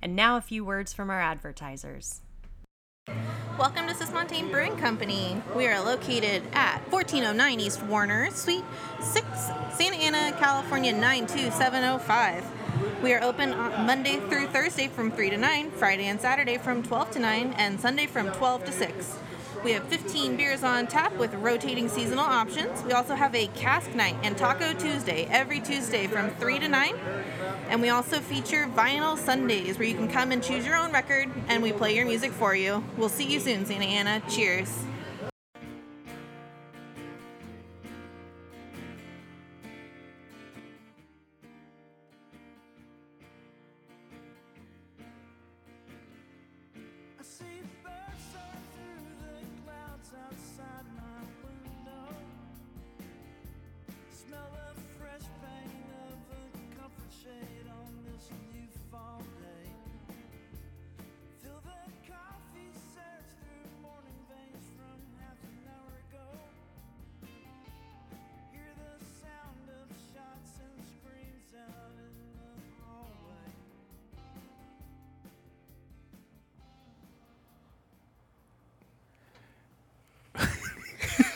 And now, a few words from our advertisers. Welcome to Sismontane Brewing Company. We are located at 1409 East Warner, Suite 6, Santa Ana, California 92705. We are open on Monday through Thursday from 3 to 9, Friday and Saturday from 12 to 9, and Sunday from 12 to 6. We have 15 beers on tap with rotating seasonal options. We also have a cask night and taco Tuesday every Tuesday from 3 to 9. And we also feature vinyl Sundays where you can come and choose your own record and we play your music for you. We'll see you soon, Santa Ana. Cheers.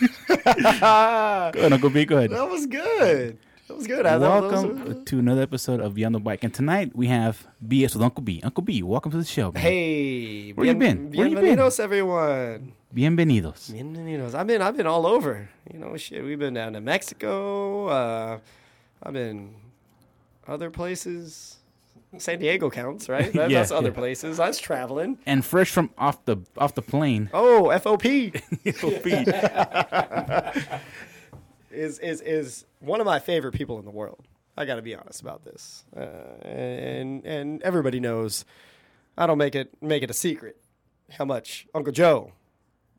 Go ahead, Uncle B. Go ahead. That was good. That was good. I thought those welcome were- to another episode of Beyond the Bike, and tonight we have BS with Uncle B. Uncle B, welcome to the show. man. Hey, Where you been? Where you been? bienvenidos, everyone. bienvenidos. Bienvenidos. I've been, I've been all over. You know, shit. We've been down to Mexico. Uh, I've been other places. San Diego counts, right? That, Yeah, that's other yeah. places. I was traveling. And fresh from off the off the plane, Oh, FOP Uncle B. is is is one of my favorite people in the world. I got to be honest about this, uh, and and everybody knows. I don't make it make it a secret how much Uncle Joe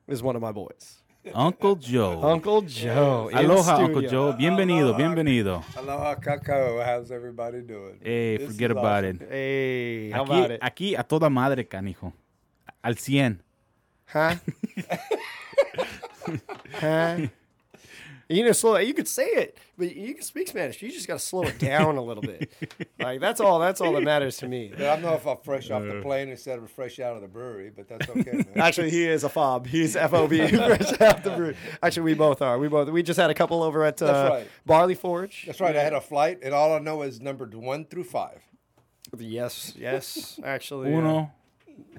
is one of my boys. Uncle Joe. Uncle Joe. Oh, in Aloha, Uncle studio. Joe. Bienvenido, Aloha. bienvenido. Aloha, Kakao. How's everybody doing? Hey, This forget is uh, about awesome. it. Hey, how aquí, about it? Aquí a toda madre, canijo. Al cien. Huh? huh? You know, slow. You could say it, but you can speak Spanish. You just got to slow it down a little bit. Like that's all. That's all that matters to me. Yeah, I don't know if I'm fresh off Uh. the plane instead of fresh out of the brewery, but that's okay, man. Actually, he is a fob. He's FOB. fresh out the brew. Actually, we both are. We both. We just had a couple over at uh, That's right. Barley Forge. That's right. I had a flight, and all I know is numbered one through five. Yes, yes. Actually, Oh, yeah. Uno.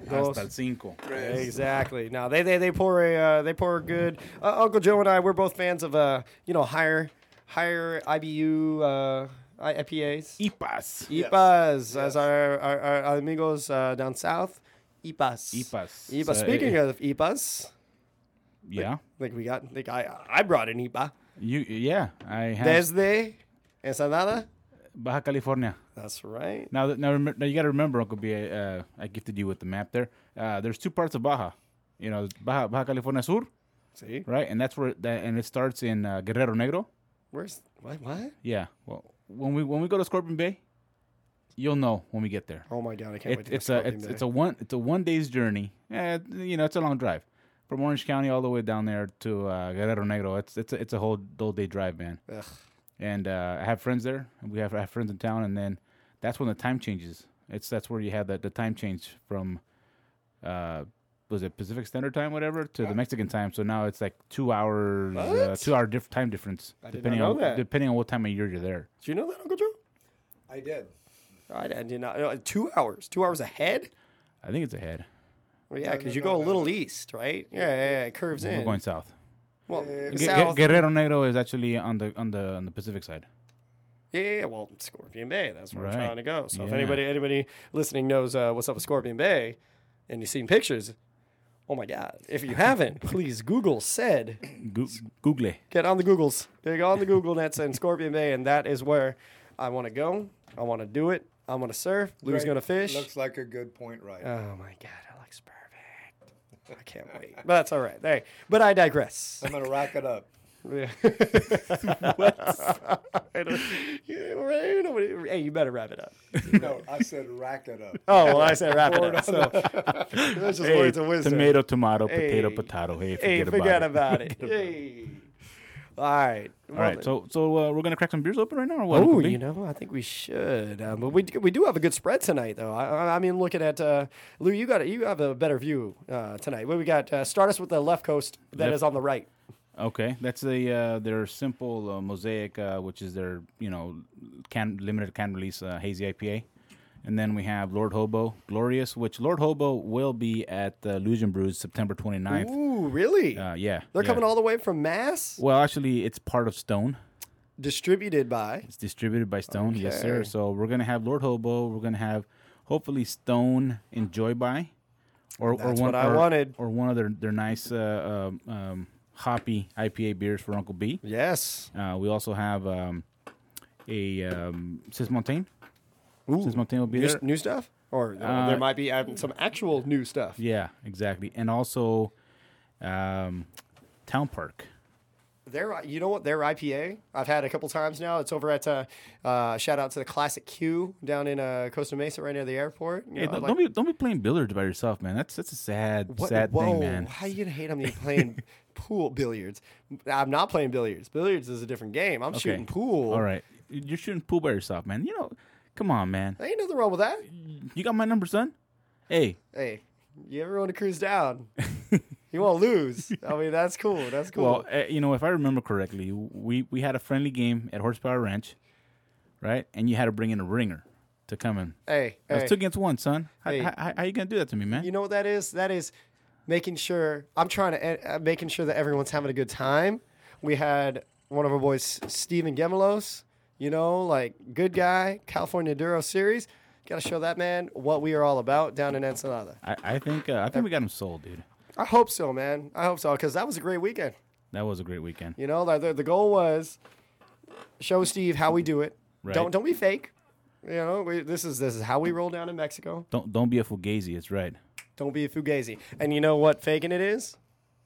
Dos. Hasta el cinco. Exactly. No, they they, they pour a uh, they pour a good. Uh, Uncle Joe and I we're both fans of uh you know higher higher IBU uh, I- IPAs. Ipas. IPAs as our, our, our amigos uh, down south. IPAs. Ipas. IPAs. So, Speaking eh, of IPAs, Yeah. like we got like I I brought an IPA. You yeah, I have Desde Ensenada. Baja California. That's right. Now, th- now, remem- now you got to remember, Uncle B. Uh, I gifted you with the map there. Uh, there's two parts of Baja. You know, Baja, Baja California Sur, See, right? And that's where that, and it starts in uh, Guerrero Negro. where's what what? Yeah. Well, when we when we go to Scorpion Bay, you'll know when we get there. Oh my god, I can't It, wait. To it's a it's, it's a one it's a one day's journey. Eh, you know, it's a long drive from Orange County all the way down there to uh, Guerrero Negro. It's it's a, it's a whole whole day drive, man. Ugh. And uh, I have friends there. and We have I have friends in town, and then that's when the time changes. It's that's where you have the, the time change from uh, was it Pacific Standard Time, whatever, to the Mexican time. So now it's like two hours, uh, What? two hour diff- time difference, I did not depending know on that. depending on what time of year you're there. Do you know that, Uncle Joe? I did. I, I did not. uh, Two hours. Two hours ahead. I think it's ahead. Well, yeah, because you go a little east, right? Yeah, yeah, yeah it curves We're in. going south. well, Gu- Gu- south. Guerrero Negro is actually on the on the on the Pacific side. yeah, yeah, well, Scorpion Bay. That's where Right. we're trying to go. So if Yeah. anybody anybody listening knows uh, what's up with Scorpion Bay, and you've seen pictures, oh my God! If you haven't, please Google said. Go- Google. Get on the Googles. Get on the Google nets and Scorpion Bay, and that is where I want to go. I want to do it. I want to surf. Lou's Great. gonna fish. Looks like a good point, right? Oh my god, it looks perfect. I can't wait. But that's all right. Hey, but I digress. I'm gonna rack it up. Yeah. I don't- yeah, right, nobody- hey, you better wrap it up. No, I said rack it up. Oh, well, I said wrap it up. So that's just words of wisdom. tomato, tomato, potato, Hey. potato. Hey, forget, hey, about, forget it. about it. Hey. All right. All right, so so uh, we're gonna crack some beers open right now, or what? Oh, Uncle B? you know, I think we should. Um, but we do- we do have a good spread tonight, though. I- I, I mean, looking at uh, Lou, you got a, you have a better view uh, tonight. What we got? Uh, start us with the left coast that is Left- on the right. Okay, that's the uh, their simple uh, mosaic, uh, which is their you know can limited can release uh, hazy IPA, and then we have Lord Hobo Glorious, which Lord Hobo will be at uh, Illusion Brews September 29th. Ooh, really? Uh, yeah, They're coming all. all the way from Mass, Well, actually, it's part of Stone. distributed by. It's distributed by Stone, yes, sir. Okay. So we're gonna have Lord Hobo. We're gonna have hopefully Stone Enjoy by, or That's or one what I or, wanted. or one of their their nice uh, um, um, hoppy IPA beers for Uncle B. Yes. Uh, we also have um, a um, Sismontaine. Sismontaine will be New, there. new stuff, or uh, Uh, there might be uh, some actual new stuff. Yeah, exactly. And also um, Town Park. Their, uh, you know what? Their IPA, I've had a couple times now. It's over at uh, uh, shout out to the Classic Q down in uh, Costa Mesa, right near the airport. You Hey, know, don't, like- don't be don't be playing billiards by yourself, man. That's that's a sad What- sad whoa, thing, man. How you gonna hate on me playing pool billiards? I'm not playing billiards. Billiards is a different game. I'm shooting pool. All right, you're shooting pool by yourself, man. You know, come on, man. Ain't nothing wrong with that. You got my number, son. Hey, Hey, you ever want to cruise down? you won't lose. I mean, that's cool. That's cool. well, uh, you know, if I remember correctly, we we had a friendly game at Horsepower Ranch, right? And you had to bring in a ringer to come in. hey, That's hey. two against one, son. How, Hey. how, how, how you gonna do that to me, man? you know what that is? That is making sure I'm trying to uh, making sure that everyone's having a good time. We had one of our boys, Steven Gemelos, you know, like good guy, California Duro Series. Got to show that man what we are all about down in Ensenada. I, I think uh, I think we got him sold, dude. I hope so, man. I hope so because that was a great weekend. That was a great weekend. You know, like the, the goal was show Steve how we do it. Right. Don't don't be fake. You know, we, this is this is how we roll down in Mexico. Don't don't be a fugazi. It's right. Don't be a fugazi. And you know what faking it is?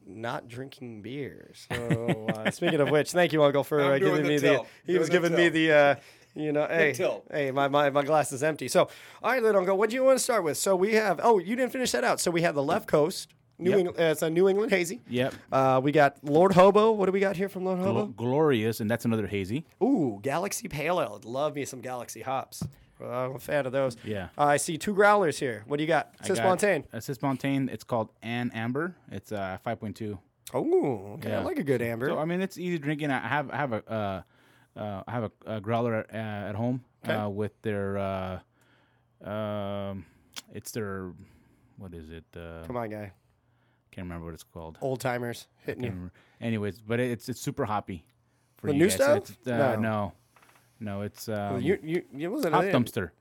Not drinking beer. So uh, speaking of which, thank you, Uncle, for I'm uh, doing giving the me tilt. the. He Doing was the giving me tilt. the. Uh, you know, hey, tilt. hey, my, my my glass is empty. So, all right, then Uncle, what do you want to start with? So we have. Oh, you didn't finish that out. So we have the left coast. New Yep. England, uh, it's a New England hazy. Yep. Uh, we got Lord Hobo. What do we got here from Lord Glo- Hobo? glorious, and that's another hazy. Ooh, Galaxy Pale Ale. Love me some Galaxy hops. Uh, I'm a fan of those. Yeah. Uh, I see two growlers here. What do you got? I Sis got- Montaigne. Uh, Sismontaine. It's called An Amber. It's uh, five point two. Oh, okay. I Yeah. like a good amber. So I mean, it's easy drinking. I have I have a uh, uh, I have a, a growler at, uh, at home uh, with their uh, um, it's their what is it? Uh, Come on, guy. can't remember what it's called. Old timers hitting Can't you. remember. Anyways, but it, it's it's super hoppy. For The you new guys. stuff? It's, uh, No. no. no, it's um, you, you, you wasn't hop in. dumpster.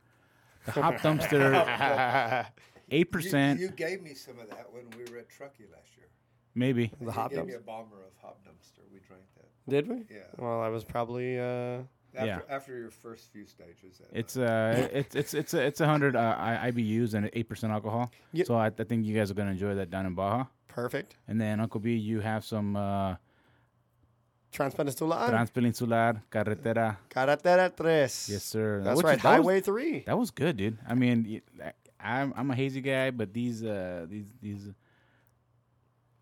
The hop dumpster, eight You, percent you gave me some of that when we were at Truckee last year. maybe. The You hop gave me a dumpster. bomber of hop dumpster. We drank that. Did we? Yeah. Well, I was probably. Uh, After, after your first few stages. that- It's uh, it's it's it's a, it's a hundred uh, I- IBUs and eight percent alcohol. Yep. So I, I think you guys are gonna enjoy that down in Baja. Perfect. And then Uncle B, you have some uh, Transpeninsular. Transpeninsular Carretera. Carretera tres. Yes, sir. That's Which- right. that was- Highway three. That was good, dude. I mean, y- I- I'm I'm a hazy guy, but these uh these these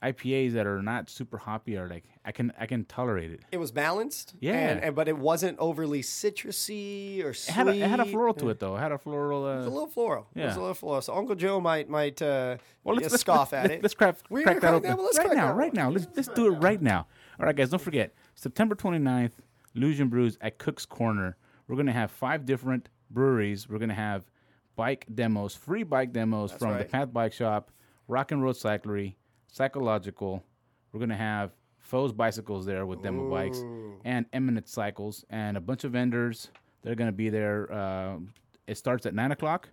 IPAs that are not super hoppy are like I can I can tolerate it. It was balanced. Yeah. And, and, but it wasn't overly citrusy or sweet. It had a, it had a floral to it though. It had a floral. It's a Uh, little floral. Yeah. It's Yeah. a little floral. So Uncle Joe might might uh, well, yeah, scoff let's, at let's, it. Let's crack, We're crack gonna that crack open that- let's right crack now, that right one. now. Let's let's do it right now. All right, guys, don't forget September 29th, Illusion Brews at Cook's Corner. We're gonna have five different breweries. We're gonna have bike demos, free bike demos from the right. Path Bike Shop, Rock and Road Cyclery, Psychological. We're gonna have Foes bicycles there with demo bikes and Eminent Cycles and a bunch of vendors. They're gonna be there. Uh, it starts at nine o'clock,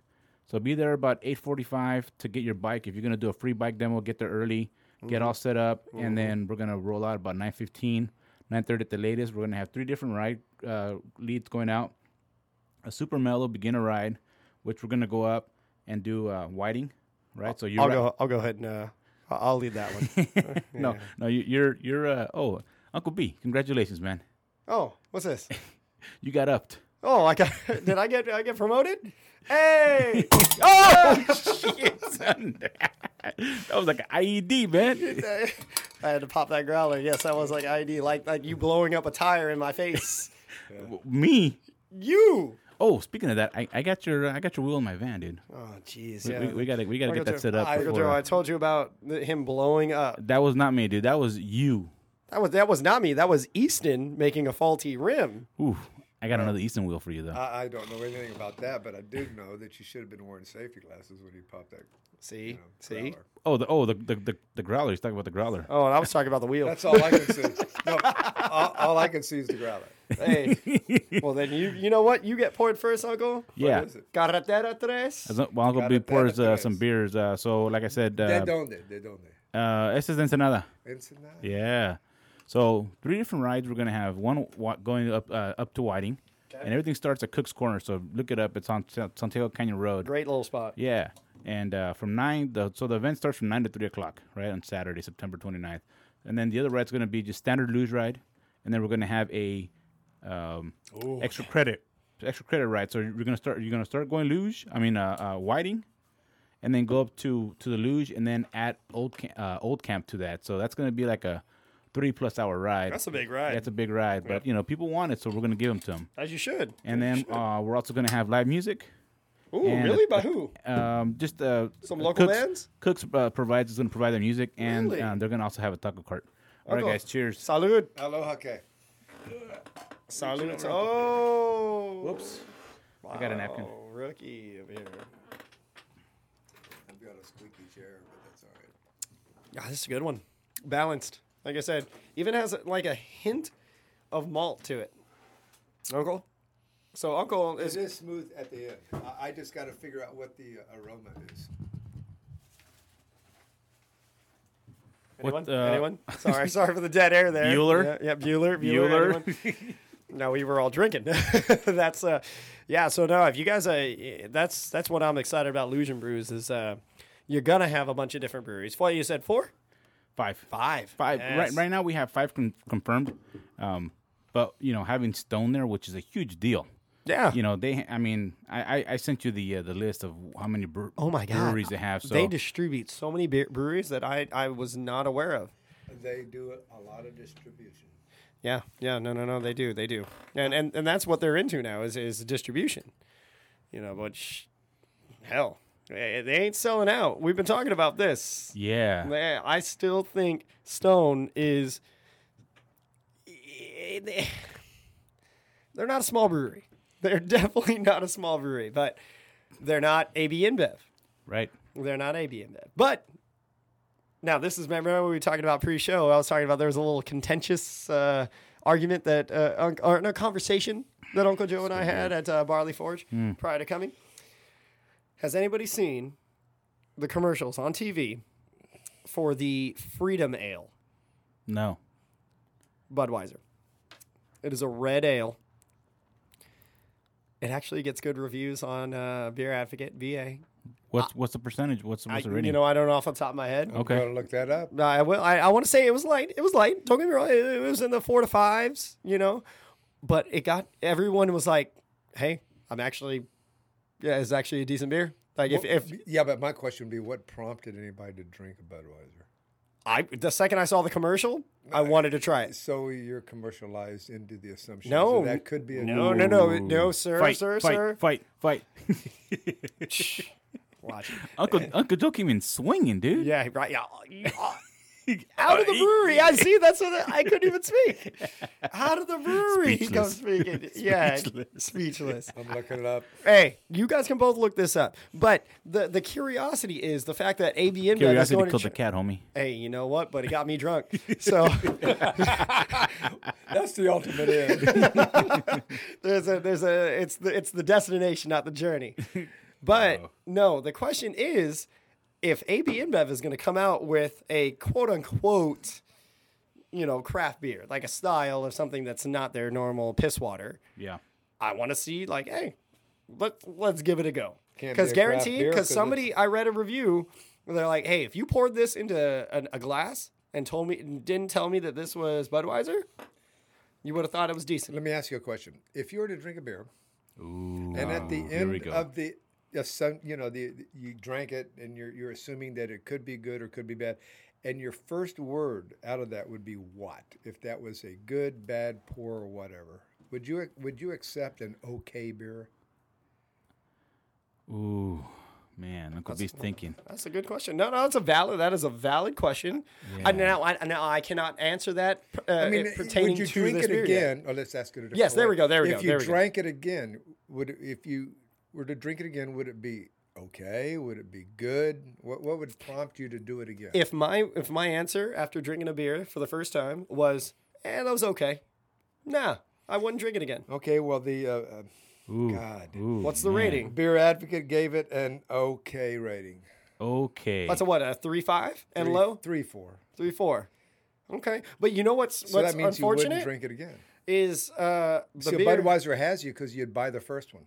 so be there about eight forty-five to get your bike. If you're gonna do a free bike demo, get there early, get Mm-hmm. all set up, and then we're gonna roll out about nine fifteen. 9.30 at the latest. We're going to have three different ride uh, leads going out a super mellow beginner ride, which we're gonna go up and do uh, whiting, right? So you're I'll go. I'll go ahead and uh, I- I'll lead that one. no, no, you, you're you're uh, oh Uncle B, congratulations, man, oh, what's this? you got upped. Oh, I got. Did I get? I get promoted? Hey! oh! that was like an IED, E man. I had to pop that growler. Yes, I was like ID, like like you blowing up a tire in my face. Me. you. Oh, speaking of that, I, I got your uh, I got your wheel in my van, dude. Oh jeez. We- Yeah. we, we gotta we gotta Michael get that Joe- set up. Michael Joe, before- I told you about th- him blowing up. that was not me, dude. That was you. That was that was not me. That was Easton making a faulty rim. Ooh, I got another Easton wheel for you though. I, I don't know anything about that, but I did know that you should have been wearing safety glasses when you popped that. See, You know, see. growler. oh, the oh the, the the the growler. He's talking about the growler. Oh, and I was talking about the wheel. That's all I can see. No, all, all I can see is the growler. hey. well, then you you know what? You get poured first, Uncle. yeah. is it? Carretera tres. As- Well, Uncle Got B it, pours that uh, is. some beers. Uh, so, like I said, They uh, don't they? They don't they? uh, this is Ensenada. Ensenada. Yeah. So three different rides we're gonna have. One wa- going up uh, up to Whiting, and everything starts at Cook's Corner. So look it up. It's on Sa- Santiago Canyon Road. Great little spot. Yeah, and uh, from nine, the, so the event starts from nine to three o'clock, right on Saturday, September 29th, and then the other ride's going to be just standard luge ride, and then we're going to have a um, extra credit, extra credit ride. So you're going to start, you're going to start going luge. I mean, uh, uh, whiting, and then go up to to the luge, and then add old Ca- uh, old camp to that. So that's going to be like a three plus hour ride. That's a big ride. That's a big ride, but you know people want it, so we're going to give them to them. As you should. And then uh, we're also going to have live music. Ooh, and- really? By who? Um, just uh, Some local Cooks, bands? Cooks uh, provides is going to provide their music, and Really? uh, they're going to also have a taco cart. All right, Taco. guys, cheers. Salud. Aloha que. Salud. Oh. Whoops, I got a napkin. Oh, rookie over here. I've got a squeaky chair, but that's all right. Yeah, Ah, this is a good one. Balanced, like I said, even has like a hint of malt to it. Uncle. So Uncle It is is smooth at the end. I, I just got to figure out what the uh, aroma is. anyone? uh, anyone? Sorry, sorry for the dead air there. Bueller? Yeah, yeah, Bueller. Bueller. Bueller. anyone? no, we were all drinking. that's uh, yeah. So no, if you guys, uh, that's that's what I'm excited about. Lusion Brews is uh, you're gonna have a bunch of different breweries. What you said four? Five. Five. Five. Yes. Right, right now we have five con- confirmed, um, but you know having Stone there, which is a huge deal. Yeah. You know they. I mean, I I, I sent you the uh, the list of how many bre- Oh my God. breweries they have. So They distribute so many beer- breweries that I, I was not aware of. They do a lot of distribution. Yeah, yeah, no, no, no, they do, they do, and and, and that's what they're into now is is distribution, you know. Which hell, they, they ain't selling out. We've been talking about this. yeah, Man, I still think Stone is. They're not a small brewery. They're definitely not a small brewery, but they're not AB InBev. right. They're not AB InBev. But now this is remember we were talking about pre-show. I was talking about there was a little contentious uh, argument that uh, unc or no conversation that Uncle Joe and I had at uh, Barley Forge prior to coming. Has anybody seen the commercials on TV for the Freedom Ale No. Budweiser? It is a red ale. It actually gets good reviews on uh, Beer Advocate VA. What's what's the percentage? What's I, what's the rating? you know, I don't know off the top of my head. You okay. want to look that up? No, I will. I, I want to say it was light. It was light. Don't get me wrong. It, it was in the four to fives, you know. But it got everyone was like, "Hey, I'm actually, yeah, it's actually a decent beer." Like if, if yeah, but my question would be, what prompted anybody to drink a Budweiser? I the second I saw the commercial, I wanted to try it. So you're commercialized into the assumption No, that could be a no, no, no, no, sir, Fight, sir, fight, sir. fight, fight. Watch. Uncle Uncle Joe came in swinging, dude. Yeah, right. Yeah. yeah. Out of the brewery. I see. That's what I, I couldn't even speak. Out of the brewery. He comes speaking. Yeah. Speechless. I'm looking it up. Hey, you guys can both look this up. But the, the curiosity is the fact that AB InBev is Curiosity going to. killed the cat, homie. hey, you know what? But it got me drunk. So That's the ultimate end. there's a there's a it's the it's the destination, not the journey. But no, the question is, if AB InBev is going to come out with a quote unquote, you know, craft beer like a style or something that's not their normal piss water, Yeah. I want to see like, hey, let let's give it a go. Can't Because be a craft guaranteed, beer because 'cause somebody I read a review, where they're like, hey, if you poured this into an, a glass and told me didn't tell me that this was Budweiser, you would have thought it was decent. Let me ask you a question. If you were to drink a beer, and at the here we end go. of the yes, some- you know, the, you drank it, and you're you're assuming that it could be good or could be bad. And your first word out of that would be what? If that was a good, bad, poor, or whatever, would you would you accept an okay beer? Ooh, man, Uncle B's thinking. That's a good question. No, no, that's a valid. That is a valid question. I, now, I, now I cannot answer that. Uh, I mean, eh, it- pertaining would you to drink this it beer yet. again? Or let's ask it. a different Yes, there way. we go, there we if go, you there we go. drank it again, would if you were to drink it again, would it be okay? Would it be good? What what would prompt you to do it again? If my if my answer after drinking a beer for the first time was, "Eh, that was okay," nah, I wouldn't drink it again. okay, well the uh, uh, Hmm. Ooh, God. ooh, What's the man. rating? beer advocate gave it an okay rating. Okay. That's a what a three five and Three- low three four. three four. Okay, but you know what's So what's that means you wouldn't unfortunate drink it again. is uh, the so beer. Ah. Budweiser has you because you'd buy the first one.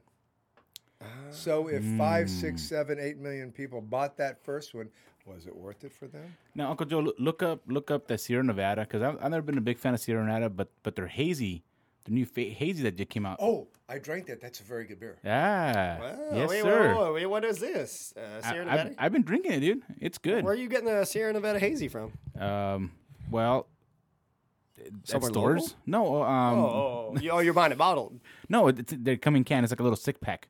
So if five, Hmm. six, seven, eight million people bought that first one, was it worth it for them? Now, Uncle Joe, loo- look up look up that Sierra Nevada because I've, I've never been a big fan of Sierra Nevada, but but their hazy, the new fa- hazy that just came out. Oh, I drank that. That's a very good beer. Ah, Wow, yes, wait, sir. Wait, wait, wait, what is this? Uh, I, Sierra have Nevada. I've been drinking it, dude. It's good. Where are you getting the Sierra Nevada hazy from? Um, well, at Somewhere stores? local? No, um, Oh, you, oh, you're buying it bottled. no, it's, they're coming can. It's like a little six pack,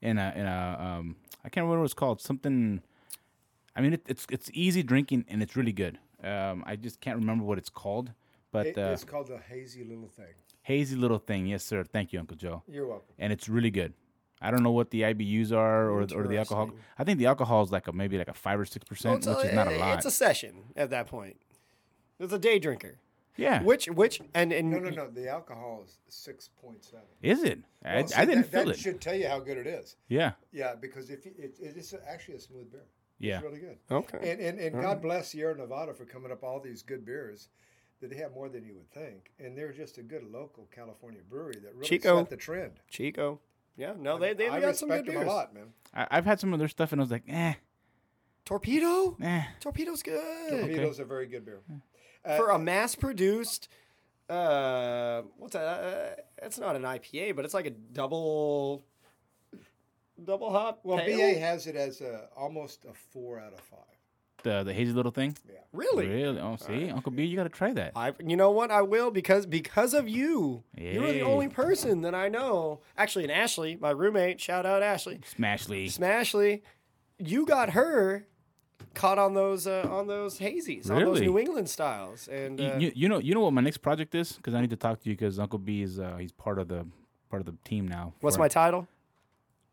in a in a um, I can't remember what it's called. Something. I mean, it, it's it's easy drinking and it's really good. Um, I just can't remember what it's called, but It- uh, it's called the hazy little thing. hazy little thing. Yes, sir. Thank you, Uncle Joe. You're welcome. and it's really good. I don't know what the IBUs are or or the alcohol. I think the alcohol is like a maybe like a five or six percent, Well, which is not a lot. It's a session at that point. It's a day drinker. yeah, Which which and and No, no, no. The alcohol is six point seven. is it? I, Well, see, I didn't that, feel that it. should tell you how good it is. Yeah, Yeah, because if you, it, it, it's actually a smooth beer. Yeah. it's really good. Okay. And and, and God bless Sierra Nevada for coming up all these good beers that they have more than you would think, and they're just a good local California brewery that really Chico. set the trend. Chico. Yeah, no, they they I got some good respect them beers. a lot, man. I, I've had some of their stuff and I was like, eh, Torpedo. eh. Torpedo's good Torpedo's a very good beer. for a mass produced. Uh, what's that? Uh, it's not an IPA, but it's like a double, double hop. Well, pale? BA has it as a almost a four out of five. The the hazy little thing. really. Really? Oh, see, Uncle B, you got to try that. I, you know what? I will because because of you. You're Yay. the only person that I know. Actually, and Ashley, my roommate. Shout out Ashley. Smashly. Smashly, you got her caught on those uh, on those hazies, on those Really? New England styles, and You- uh, you, you know you know what my next project is because I need to talk to you because Uncle B is uh, he's part of the part of the team now. what's for- my title?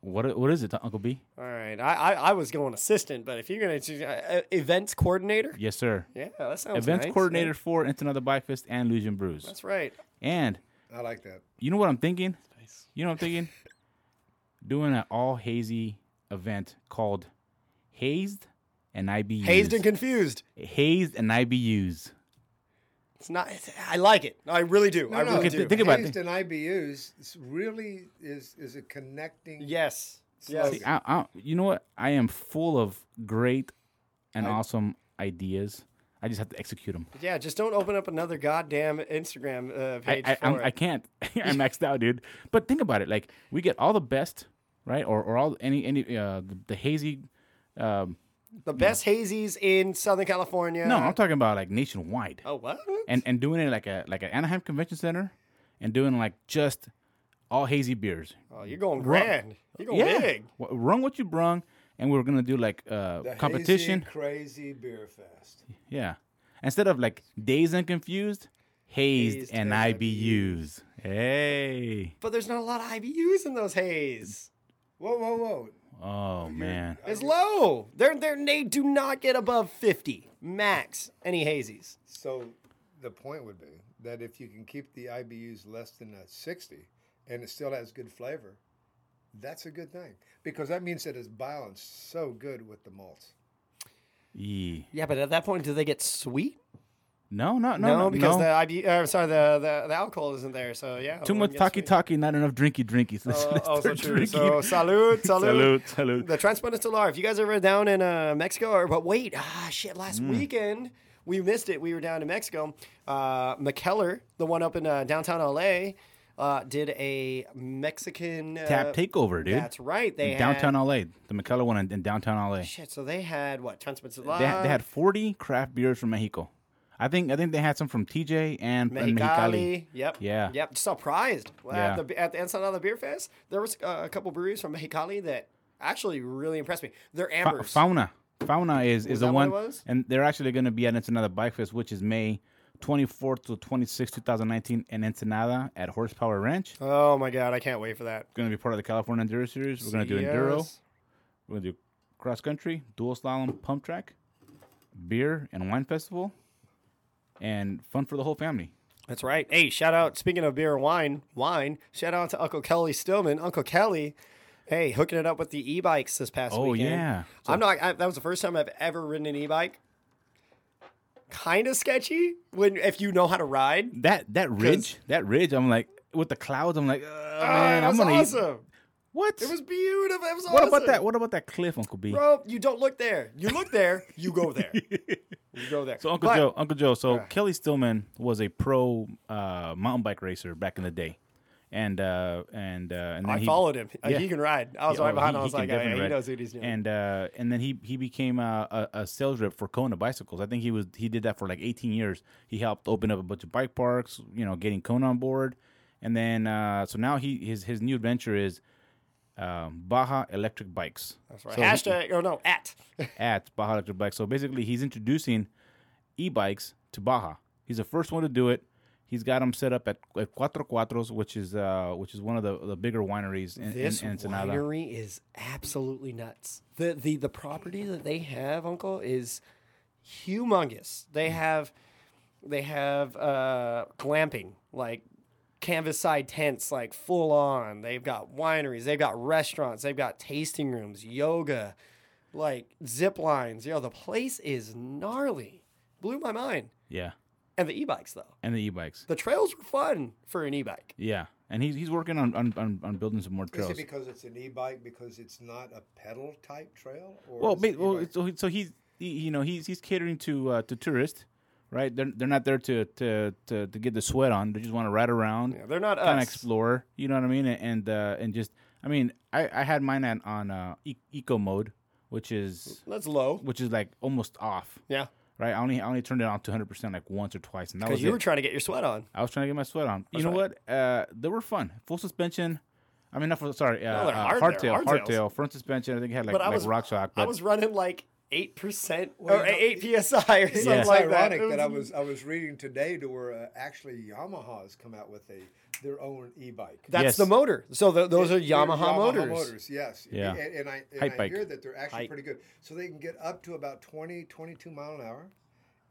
what what is it, uh, Uncle B? All right, I, I I was going assistant, but if you're gonna choose, uh, uh, events coordinator, Yes, sir. yeah, that sounds Events nice. coordinator for It's Another Bifest and Illusion Brews. That's right. and I like that. You know what I'm thinking? You know what I'm thinking? Doing an all hazy event called Hazed and IBUs. Hazed and confused. Hazed and IBUs. It's not. It's, I like it. I really do. I really okay, do. th- think about Hazed and IBUs is really is is a connecting. yes. Slow. Yes. See, I, I, you know what? I am full of great and awesome ideas. I just have to execute them. Yeah. Just don't open up another goddamn Instagram uh, I, page I, for I'm- it. I can't. I'm maxed out, dude. But think about it. Like we get all the best, right? Or, or all any any uh, the, the hazy. Um, the best hazies in Southern California. no, I'm talking about like nationwide. Oh what? and and doing it like a like an Anaheim Convention Center, and doing like just all hazy beers. Oh, you're going grand. You're going big. Wha- run what you brung, and we were gonna do like uh The competition. hazy, crazy beer fest. Yeah, instead of like dazed and confused, Hazed hazed, and and IBUs. Hey, But there's not a lot of IBUs in those haze. Whoa, whoa, whoa! oh man, It's low. They're, they're, they do not get above 50 max any hazies. So the point would be that if you can keep the IBUs less than a 60 and it still has good flavor, that's a good thing because that means that it's balanced so good with the malts. Yee. Yeah, but at that point, do they get sweet? no, no, no, No, no, because no. the IB, uh, sorry, the, the, the alcohol isn't there. So yeah, Oh, Too much talky talky, not enough drinky drinky. So let's, Uh, let's also start true. drinking. So salute, salute. salute, salute. The Transplant Estelar. If you guys ever down in uh, Mexico, or but wait, ah, shit, last Mm. weekend we missed it. We were down in Mexico. Uh, McKellar, the one up in uh, downtown LA, uh, did a Mexican uh, Tap takeover, dude. That's right. They in downtown had, LA, the McCullough one in, in downtown LA. shit. So they had what? Transmits They, had- they had 40 craft beers from Mexico. I think I think they had some from TJ and, and Mexicali. Mexicali. Yep. Yeah. Yep. Surprised Yeah. at the at the Ensenada Beer Fest, there was uh, a couple breweries from Mexicali that actually really impressed me. They're Fa- ambers. Fauna. Fauna is, is the that what one. it was? And they're actually going to be at Ensenada Bike Fest, which is May 24th to 26th, 2019, in Ensenada at Horsepower Ranch. oh my god, I can't wait for that. Going to be part of the California Enduro Series. We're going to do Enduro. Yes. We're going to do cross country, dual slalom, pump track, beer and wine festival, and fun for the whole family. That's right. Hey, shout out. Speaking of beer and wine, wine. Shout out to Uncle Kelly Stillman. Uncle Kelly, hey, hooking it up with the e-bikes this past Oh, weekend. yeah. I'm not. I, that was the first time I've ever ridden an e-bike. Kind of sketchy when if you know how to ride. That that ridge, that ridge, I'm like, with the clouds, I'm like, oh, man, it I'm was going to. awesome. What? It was beautiful. It was what awesome. about that? What about that cliff, Uncle B? Bro, you don't look there. You look there, you go there. You go there. So Uncle But- Joe, Uncle Joe. So Kelly Stillman was a pro uh, mountain bike racer back in the day, and uh, and uh, and then I he, followed him. Like, Yeah. He can ride. I was Oh, right behind him. he- I he was can like, oh, yeah, definitely he ride. knows what he's doing. And uh, and then he he became a, a, a sales rep for Kona bicycles. I think he was he did that for like 18 years. He helped open up a bunch of bike parks. You know, getting Kona on board, and then uh, so now he his his new adventure is um, Baja electric bikes. That's right. So he- Hashtag, or no, at. at Baja Electric Bikes. So basically, he's introducing e-bikes to Baja. He's the first one to do it. He's got them set up at, at Cuatro Cuatros, which is uh, which is one of the, the bigger wineries in, This in, in Ensenada. winery is absolutely nuts. The, the the property that they have, Uncle, is humongous. They have they have uh, glamping, like canvas side tents, like full on. They've got wineries, they've got restaurants, they've got tasting rooms, yoga, like zip lines. Yo, the place is gnarly. Blew my mind. Yeah, And the e-bikes though. and the e-bikes. The trails were fun for an e-bike. Yeah, and he's he's working on on, on, on building some more Is trails. it because it's an e-bike? Because it's not a pedal type trail? Or Well, is ba- it well e-bike? so, he, so he's he, you know he's he's catering to uh, to tourists, right? They're they're not there to to to, to get the sweat on. They just want to ride around. They're not kind of us. explorer. You know what I mean? And uh, and just I mean I, I had mine at, on uh, e- eco mode, which is That's low. which is like almost off. Yeah. Right. I only I only turned it on to 100 percent like once or twice, and that was Because you it. were trying to get your sweat on. I was trying to get my sweat on. you know what? Uh, they were fun. Full suspension. I mean, not full, sorry. Uh, No, they're uh, hard- they're hardtail, hardtails. hardtail, front suspension. I think it had like, but I like was rock shock. I But was running like eight percent Well, or you know, eight psi or something It's like ironic that. that, I was I was reading today to where uh, actually Yamaha's come out with a their own e-bike. That's Yes. the motor. So tho- those are They're Yamaha, motors. Yes. Yeah. And, and I, and Hype I bike. hear that they're actually Hype. pretty good. So they can get up to about 20, 22 mile an hour.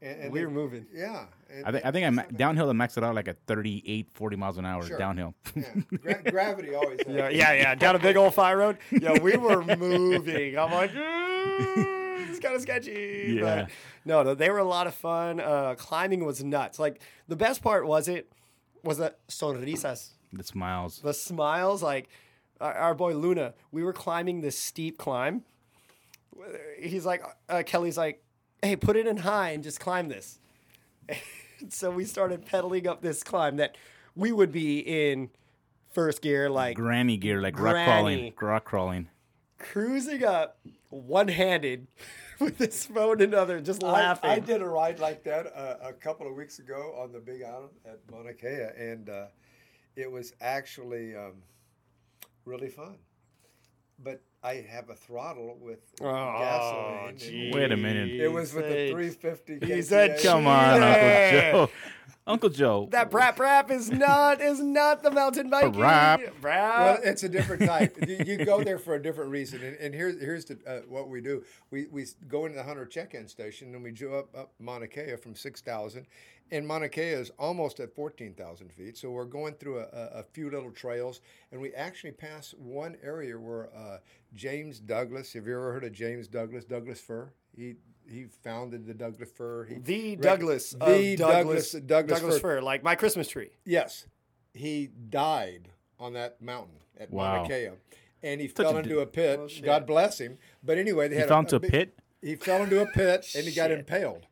And, and We're they- moving. Yeah. And, I think I think I'm downhill. I maxed it out like at 38, 40 miles an hour downhill. yeah. Gra- gravity always. Has. Yeah, Uh, yeah, yeah. Down a big old fire road. Yeah, we were moving. I'm like, "Mm, it's kind of sketchy. Yeah. But no, no, they were a lot of fun. Uh, climbing was nuts. Like the best part was it was the sonrisas. the smiles. the smiles like our, our boy luna we were climbing this steep climb he's like uh, kelly's like hey put it in high and just climb this so we started pedaling up this climb that we would be in first gear like granny gear, like rock Granny. crawling, rock crawling. cruising up one-handed with his phone and other just I, laughing I did a ride like that uh, a couple of weeks ago on the Big Island at Mauna Kea, and uh, it was actually um, really fun. But I have a throttle with oh gasoline. geez. Wait a minute. It was with the sakes. 350. He said, KPH. Come on, Yeah. Uncle Joe. Uncle Joe. that brat brap is not is not the mountain bike Brap. Well, it's a different type. you, you go there for a different reason. And, and here's here's the, uh, what we do. We, we s- go into the Hunter check-in station and we go up up Mauna Kea from six thousand, and Mauna Kea is almost at fourteen thousand feet. So we're going through a, a, a few little trails, and we actually pass one area where uh, James Douglas. Have you ever heard of James Douglas? Douglas fir. He he founded the Douglas fir. He The rec- Douglas. of The Douglas. Douglas. Douglas, Douglas fir. fir, like my Christmas tree. Yes, he died on that mountain at Wow. Mauna Kea, and he fell a into a pit. God bless him. But anyway, they He had fell into a big- pit He fell into a pit and he got impaled.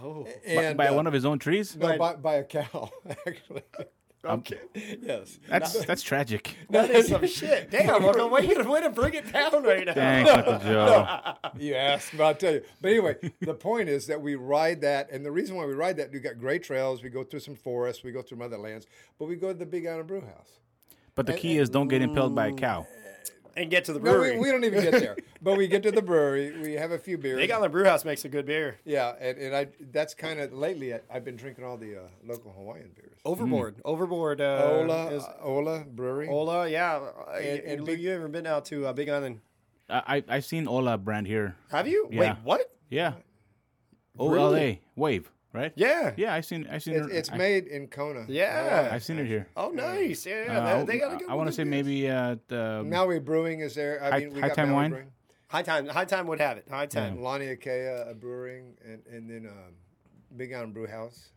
Oh, by, by one of his own trees. Um, no, by, by a cow actually. Okay. Yes. That's that's tragic. That is some shit. Damn, Uncle, way to, way to bring it down right now. Thanks, Uncle Joe. You ask, but I'll tell you. But anyway, the point is that we ride that, and the reason why we ride that, we got great trails. We go through some forests, we go through motherlands, but we go to the Big Island Brew House. But the key is don't get impaled by a cow. And get to the No, brewery. we, we don't even get there, but we get to the brewery. We have a few beers. Big Island Brewhouse makes a good beer. yeah, and, and I that's kind of lately. I, I've been drinking all the uh, local Hawaiian beers. Overboard. Overboard. Uh, Ola, is- Ola Brewery. Ola, yeah. And, and you, Big- you ever been out to uh, Big Island? I, I I've seen Ola brand here. Have you? Yeah. Wait, what? Yeah. O L A wave right? Oh, Yeah. Yeah, I've seen I've seen It's, her- it's I, made in Kona. Yeah. I've seen it here. oh, nice. Yeah, Uh, yeah, they, they got a I- good I want to say maybe uh, the, Maui Brewing is there. I High- mean, we High got Time Maui Wine? Brewing. High time. High time would have it. High time. Lonnie Akea uh, Brewing, and and then um, Big Island Brew House.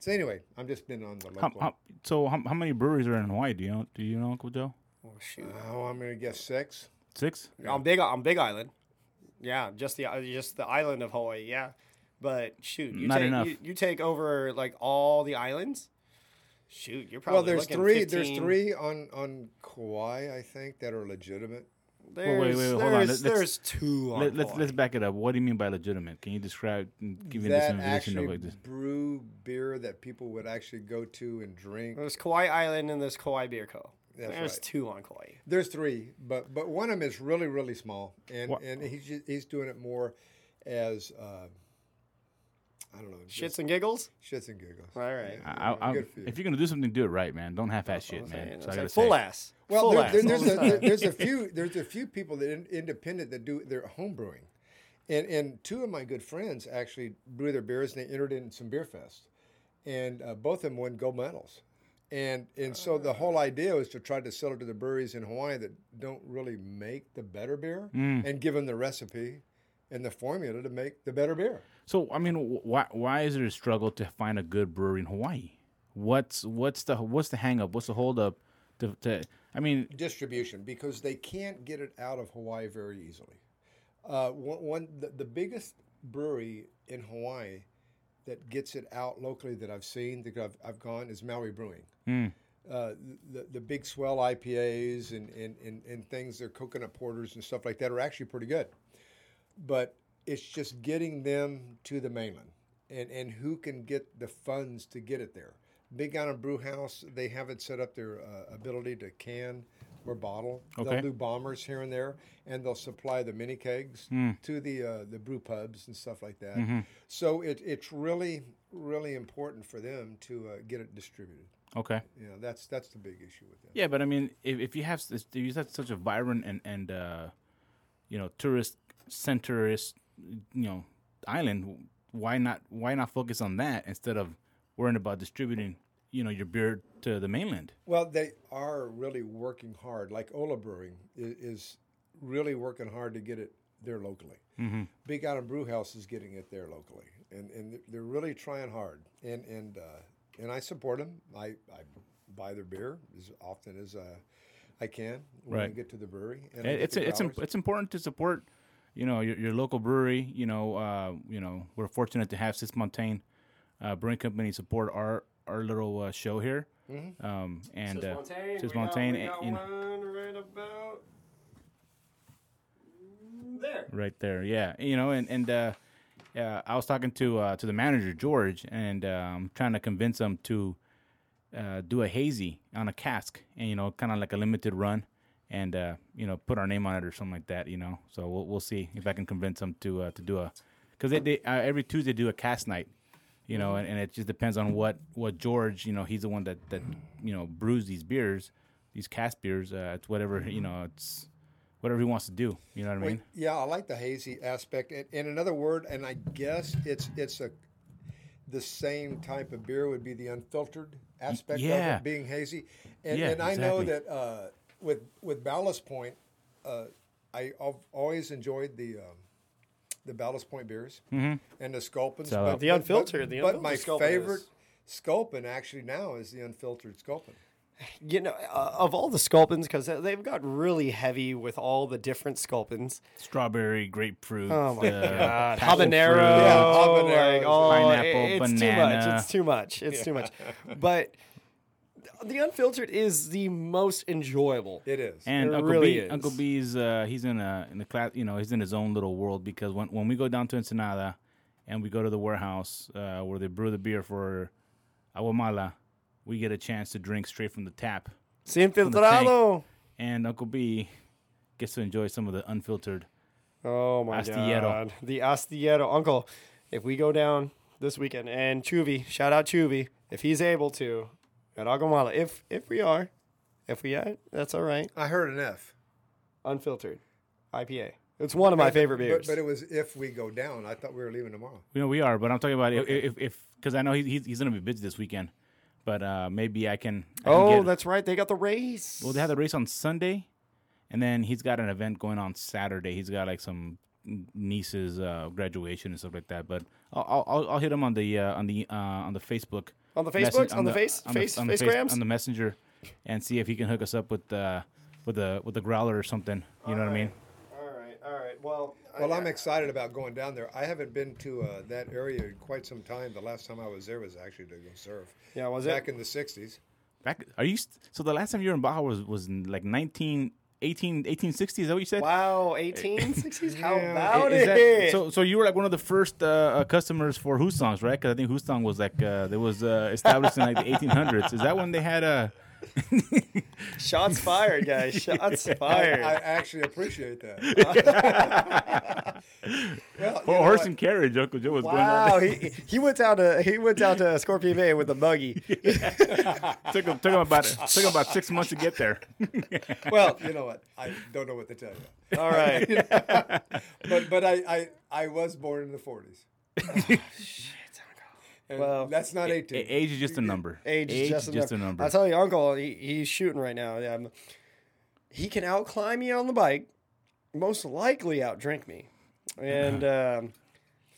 So anyway, I'm just been on the how, local. how, so how, how many breweries are in Hawaii? Do you know? Do you know Uncle Joe? Oh shoot. oh, I'm gonna guess six. Six. On Big on Big Island. Yeah, just the uh, just the island of Hawaii. Yeah, but shoot, you Not take, enough. You, you take over like all the islands. Shoot, you're probably Well, there's looking three. 15. There's three on on Kauai, I think, that are legitimate. There's, wait, wait, hold on. there's, Let's- there's two on Let, let's Hawaii. let's back it up. What do you mean by legitimate? Can you describe? Give me this that information actually about this. brew beer that people would actually go to and drink. There's Kauai Island and there's Kauai Beer Co. That's there's right. two on Kauai. There's three, but but one of them is really really small, and What- and he's ju- he's doing it more as uh, I don't know just Shits and giggles. shits and giggles. All right. I, I, Good for you. if you're gonna do something, do it right, man. Don't half-ass Ah, shit, I'm man. saying, So I'm I saying gotta full say, ass. Well, full there, ass. there- all there's, the a, time. there- there's a few there's a few people that in, independent that do their home brewing, and and two of my good friends actually brew their beers and they entered in some beer fest, and uh, both of them won gold medals, and and so the whole Ah. idea is to try to sell it to the breweries in Hawaii that don't really make the better beer Mm. and give them the recipe, and the formula to make the better beer. So I mean, wh- why why is there a struggle to find a good brewery in Hawaii? What's what's the what's the hang up? What's the hold up? To, to I mean, distribution because they can't get it out of Hawaii very easily. Uh, one, one the, the biggest brewery in Hawaii that gets it out locally that I've seen that I've, I've gone is Maui Brewing. Uh, the, the big swell IPAs and, and, and, and things, their coconut porters and stuff like that are actually pretty good. But it's just getting them to the mainland and, and who can get the funds to get it there. Big Island Brew House, they haven't set up their uh, ability to can or bottle. Okay. They'll do bombers here and there, and they'll supply the mini kegs to the uh, the brew pubs and stuff like that. So it, it's really really important for them to uh, get it distributed. okay. You know, that's that's the big issue with them. Yeah, but I mean, if, if you have s- if you have such a vibrant and and uh, you know tourist centerist you know island, why not why not focus on that instead of worrying about distributing you know your beer to the mainland? Well, they are really working hard. Like Ola Brewing is, is really working hard to get it there locally. Mm-hmm. Big Island Brew House is getting it there locally, and and they're really trying hard. And and uh, and I support them. I, I buy their beer as often as uh, I can when I Right. get to the brewery. And I It- get It's their it's im- dollars. it's important to support, you know, your, your local brewery. You know, uh, you know, we're fortunate to have Six Mountain uh, Brewing Company support our our little uh, show here. Um, and uh, Sis Mountain, and, you know, right about there. right there, yeah, you know, and and uh, uh, I was talking to uh, to the manager George, and um, trying to convince him to uh, do a hazy on a cask, and you know, kind of like a limited run. And uh, you know, put our name on it or something like that. You know, so we'll, we'll see if I can convince them to uh, to do a, because they, they uh, every Tuesday do a cast night, you know, and, and it just depends on what what George, you know, he's the one that that you know brews these beers, these cast beers. Uh, it's whatever you know, it's whatever he wants to do. You know what I mean? Yeah, I like the hazy aspect. And, and another word, and I guess it's it's a the same type of beer would be the unfiltered aspect yeah. of it being hazy. And, Yeah, and I know exactly. that uh, with with Ballast Point, uh, I al- always enjoyed the. Um, the Ballast Point beers and the Sculpins, Mm-hmm. So- The unfiltered, the but my unfiltered Sculpin favorite is- Sculpin actually now is the unfiltered Sculpin. you know, uh, of all the sculpins, because they've got really heavy with all the different sculpins. Strawberry, grapefruit, Oh my uh, god, passion habanero, Oh, fruit. Yeah, like, habanero is- oh, Pineapple, it- it's banana. too much. It's too much. It's too much. But the unfiltered is the most enjoyable. It is. And It Uncle really B, is. Uncle B's, uh, he's in a in the class. You know, he's in his own little world because when when we go down to Ensenada, and we go to the warehouse uh, where they brew the beer for Aguamala, we get a chance to drink straight from the tap. Sin the tank. filtrado. And Uncle B gets to enjoy some of the unfiltered. Oh my Astillero. god, the Astillero uncle. If we go down this weekend, and Chuvi, shout out Chuvi, if he's able to, at Aguamala, if if we are, if we are, that's all right. I heard an F. Unfiltered IPA. It's one of my favorite beers. But, but it was if we go down. I thought we were leaving tomorrow. You know, we are, but I'm talking about if if because I know he, he's he's gonna be busy this weekend, but uh, maybe I can. I can oh, get- that's right. They got the race. Well, they had the race on Sunday, and then he's got an event going on Saturday. He's got like some niece's uh, graduation and stuff like that. But I'll- I'll I'll, I'll hit him on the uh, on the uh, on the Facebook On the messen- Facebooks? On the face- face- the Facegrams? on the messenger, and see if he can hook us up with uh, with a with a growler or something. You know what I mean? all right, all right. Well, Well, I'm excited about going down there. I haven't been to uh, that area in quite some time. The last time I was there was actually to go surf. Yeah, was it? back in the '60s. Back are you? St- so the last time you were in Baja was was in, like 19, 18, 1860. Is that what you said? wow, 1860s. How Yeah. about Eh, Is it? that- so, so you were like one of the first uh, uh, customers for Hoostong's, right? Because I think Hoostong was like uh, there was uh, established in like the 1800s. Is that when they had uh, a? Shots fired, guys. Shots fired. I actually appreciate that. well, you Well, know horse what? and carriage, Uncle Joe was going on. Wow, he, he went down to he went down to Scorpion Bay with a muggy. Took him, took him about took him about six months to get there. well, you know what? I don't know what to tell you. All right, But but I I, I was born in the '40s. And Well, that's not 18. A- Age is just a number. age, is just, just a number. I tell you, Uncle, he, he's shooting right now. Um, he can outclimb you on the bike, most likely outdrink me, and Uh-huh. um,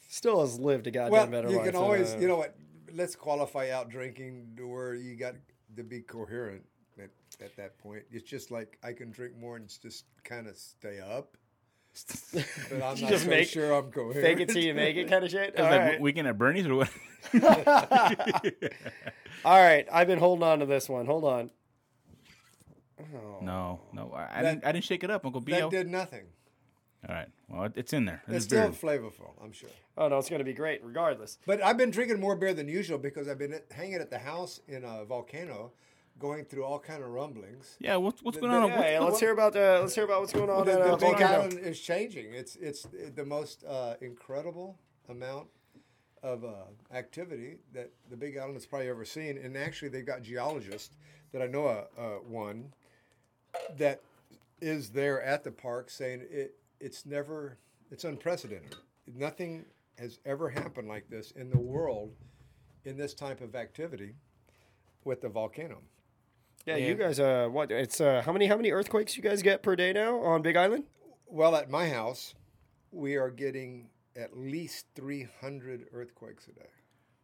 still has lived a goddamn well, better uh, you life. can than always, I you know what? Let's qualify out drinking to where you got to be coherent at, at that point. It's just like I can drink more and just kind of stay up. But I'm not just so make- sure I'm coherent. fake it till you make it kind of shit. It All was like right. w- weekend at Bernie's or what? All right, I've been holding on to this one. Hold on. Oh. No, no, I, I didn't. I didn't shake it up, Uncle Bio. That All did nothing. right, well, it- it's in there. It It's is beer. still flavorful, I'm sure. Oh no, it's gonna be great regardless. But I've been drinking more beer than usual because I've been at- hanging at the house in a volcano, going through all kind of rumblings. yeah, what's what's going the- on? Yeah, What's- yeah, let's hear about uh, let's hear about what's going on the, at the uh, Big Volcano. Island is changing. It's it's the most uh, incredible amount of uh, activity that the Big Island has probably ever seen. And actually, they've got geologists that I know uh, uh, one that is there at the park saying it it's never it's unprecedented. Nothing has ever happened like this in the world in this type of activity with the volcano. Yeah, you guys. Uh, what? It's uh, how many how many earthquakes you guys get per day now on Big Island? Well, at my house, we are getting at least 300 earthquakes a day.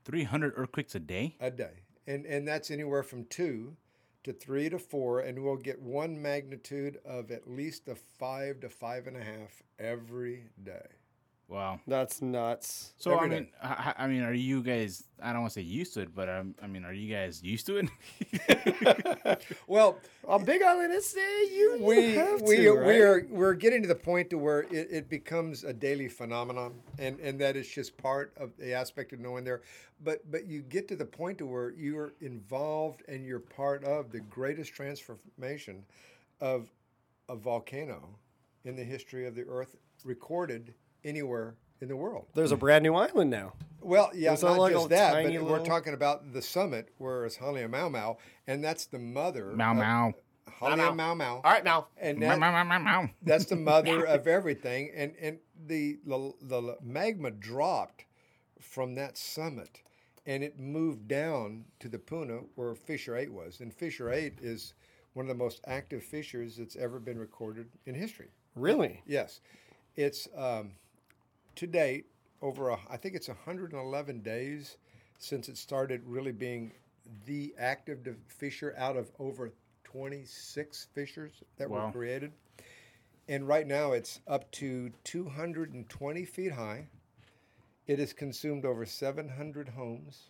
300 earthquakes a day. A day. And, and that's anywhere from two to three to four, and we'll get one magnitude of at least a five to five and a half every day. Wow. That's nuts. So Every I day. mean, I, I I mean, are you guys? I don't want to say used to it, but um, I mean, are you guys used to it? Well, On Big Island, it's uh, you. you we have we to, right? we are we're getting to the point to where it, it becomes a daily phenomenon, and and that is just part of the aspect of knowing there. But but you get to the point to where you're involved and you're part of the greatest transformation of a volcano in the history of the Earth recorded anywhere in the world. There's a brand new island now. Well, yeah, It's not like just a that, but tiny we're little- talking about the summit where it's Haleakala, and that's the mother Mau of mau. Haleakala. All right, now. And Mau, that, mau, mau, mau, mau. that's the mother of everything. And and the, the the magma dropped from that summit, and it moved down to the Puna where Fissure Eight was. And Fissure Eight is one of the most active fissures that's ever been recorded in history. Really? Yes, it's um, to date over a, I think it's 111 days since it started really being the active de- fissure out of over 26 fissures that Wow. were created. And right now it's up to 220 feet high. It has consumed over 700 homes.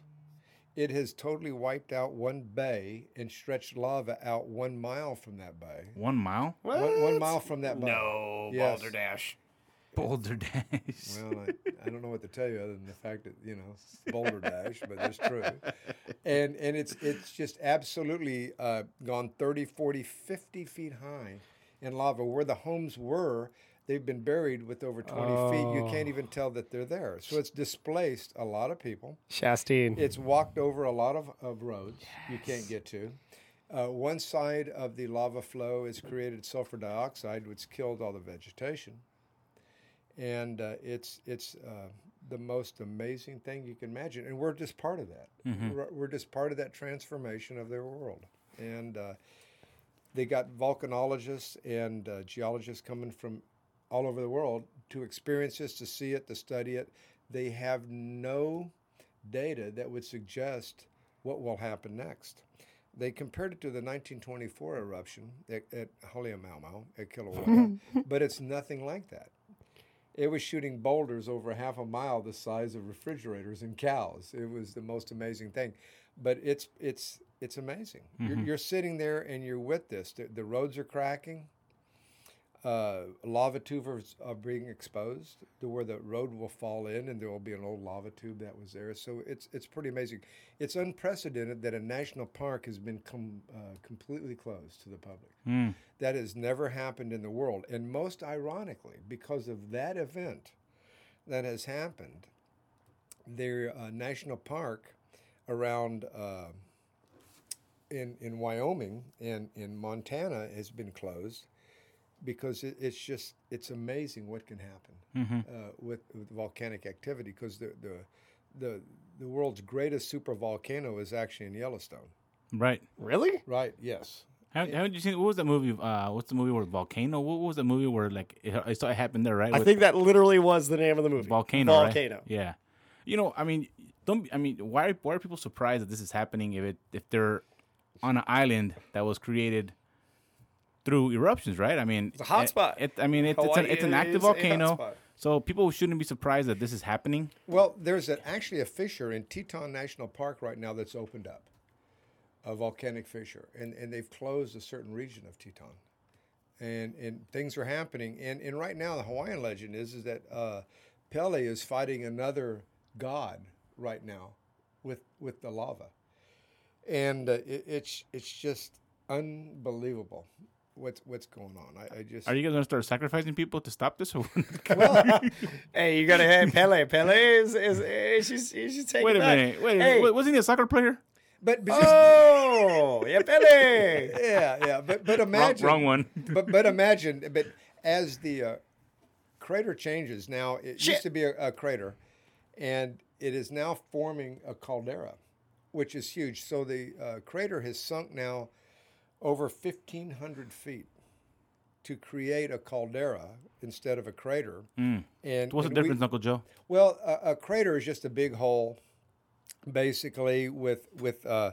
It has totally wiped out one bay and stretched lava out one mile from that bay. One mile? One, one mile from that bay. No, Yes. Balderdash. Boulder Dash. Well, I, I don't know what to tell you other than the fact that you know it's Boulder Dash, but it's true. And and it's it's just absolutely uh, gone 30, 40, 50 feet high in lava where the homes were. They've been buried with over 20 feet. You can't even tell that they're there. So it's displaced a lot of people. Shastine. It's walked over a lot of, of roads you can't get to. Uh, one side of the lava flow has created sulfur dioxide, which killed all the vegetation. And uh, it's, it's uh, the most amazing thing you can imagine. And we're just part of that. We're, we're just part of that transformation of their world. And uh, they got volcanologists and uh, geologists coming from all over the world to experience this, to see it, to study it. They have no data that would suggest what will happen next. They compared it to the 1924 eruption at, at Halemaumau at Kilauea, but it's nothing like that. It was shooting boulders over half a mile the size of refrigerators and cows. It was the most amazing thing, but it's it's it's amazing. You're, you're sitting there and you're with this. The, the roads are cracking. Uh, lava tubes are being exposed to where the road will fall in, and there will be an old lava tube that was there. So it's it's pretty amazing. It's unprecedented that a national park has been com- uh, completely closed to the public. That has never happened in the world, and most ironically, because of that event that has happened, their uh, national park around. Uh, in, in Wyoming and in Montana has been closed because it, it's just it's amazing what can happen uh, with, with volcanic activity because the, the the the world's greatest supervolcano is actually in Yellowstone. Right. Really? Right? Yes. Haven't, haven't you seen what was that movie? Uh, what's the movie where volcano? What was the movie where like it, it started happening there? Right. I with think that literally was the name of the movie. volcano. right? Volcano. Yeah. You know, I mean, don't. be- I mean, why why are people surprised that this is happening if it if they're on an island that was created through eruptions, right? I mean, it's a hot spot. It, I mean, it's it's an, Hawaii it's an active is a hot volcano, spot. so people shouldn't be surprised that this is happening. Well, there's a, actually a fissure in Teton National Park right now that's opened up, a volcanic fissure, and, and they've closed a certain region of Teton, and and things are happening. And and right now the Hawaiian legend is is that uh, Pele is fighting another god right now, with with the lava, and uh, it, it's it's just unbelievable what's what's going on. I, I just Are you guys gonna start sacrificing people to stop this? Or Hey, you gotta have Pele. Pele is, is, is she's, she's taking wait a back. minute. Wait, a Hey. minute. Wa- wasn't he a soccer player? but, but just- Oh, yeah, Pele. yeah yeah but but Wrong, imagine wrong one. but but imagine, but as the uh, crater changes now, it used to be a, a crater, and it is now forming a caldera, which is huge. So the uh, crater has sunk now over fifteen hundred feet to create a caldera instead of a crater. And Mm. What's the and we- difference, Uncle Joe? well, a, a crater is just a big hole, basically with with uh,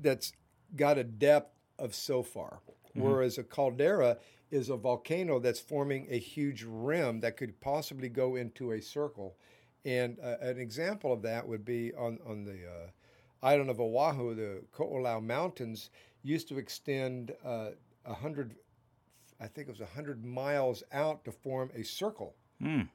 that's got a depth of so far. Whereas a caldera is a volcano that's forming a huge rim that could possibly go into a circle. And uh, an example of that would be on on the uh, island of Oahu, the Ko'olau Mountains used to extend uh, hundred I think it was 100 miles out to form a circle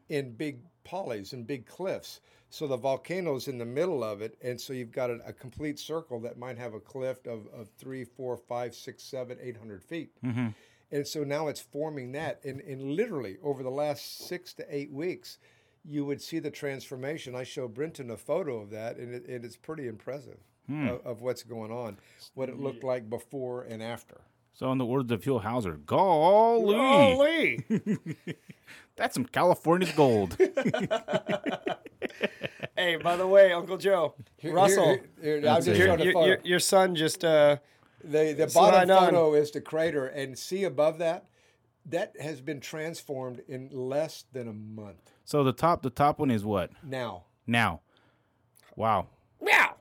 in big polys and big cliffs. So the volcano's in the middle of it, and so you've got a, a complete circle that might have a cliff of, of three, four, five, six, seven, eight hundred feet. And so now it's forming that. And, and literally, over the last six to eight weeks, you would see the transformation. I showed Brenton a photo of that, and, it, and it's pretty impressive of, of what's going on, what it looked like before and after. So, in the words of Hugh Hauser, golly, Oh, Holy. that's some California's gold. Hey, by the way, Uncle Joe, Here- Russell, here- here- here, I just it. showed your, a your, photo. your son just uh, The, the what I bottom done. photo is the crater, and see above that, that has been transformed in less than a month so the top, the top one is what? now. Now. Wow. meow.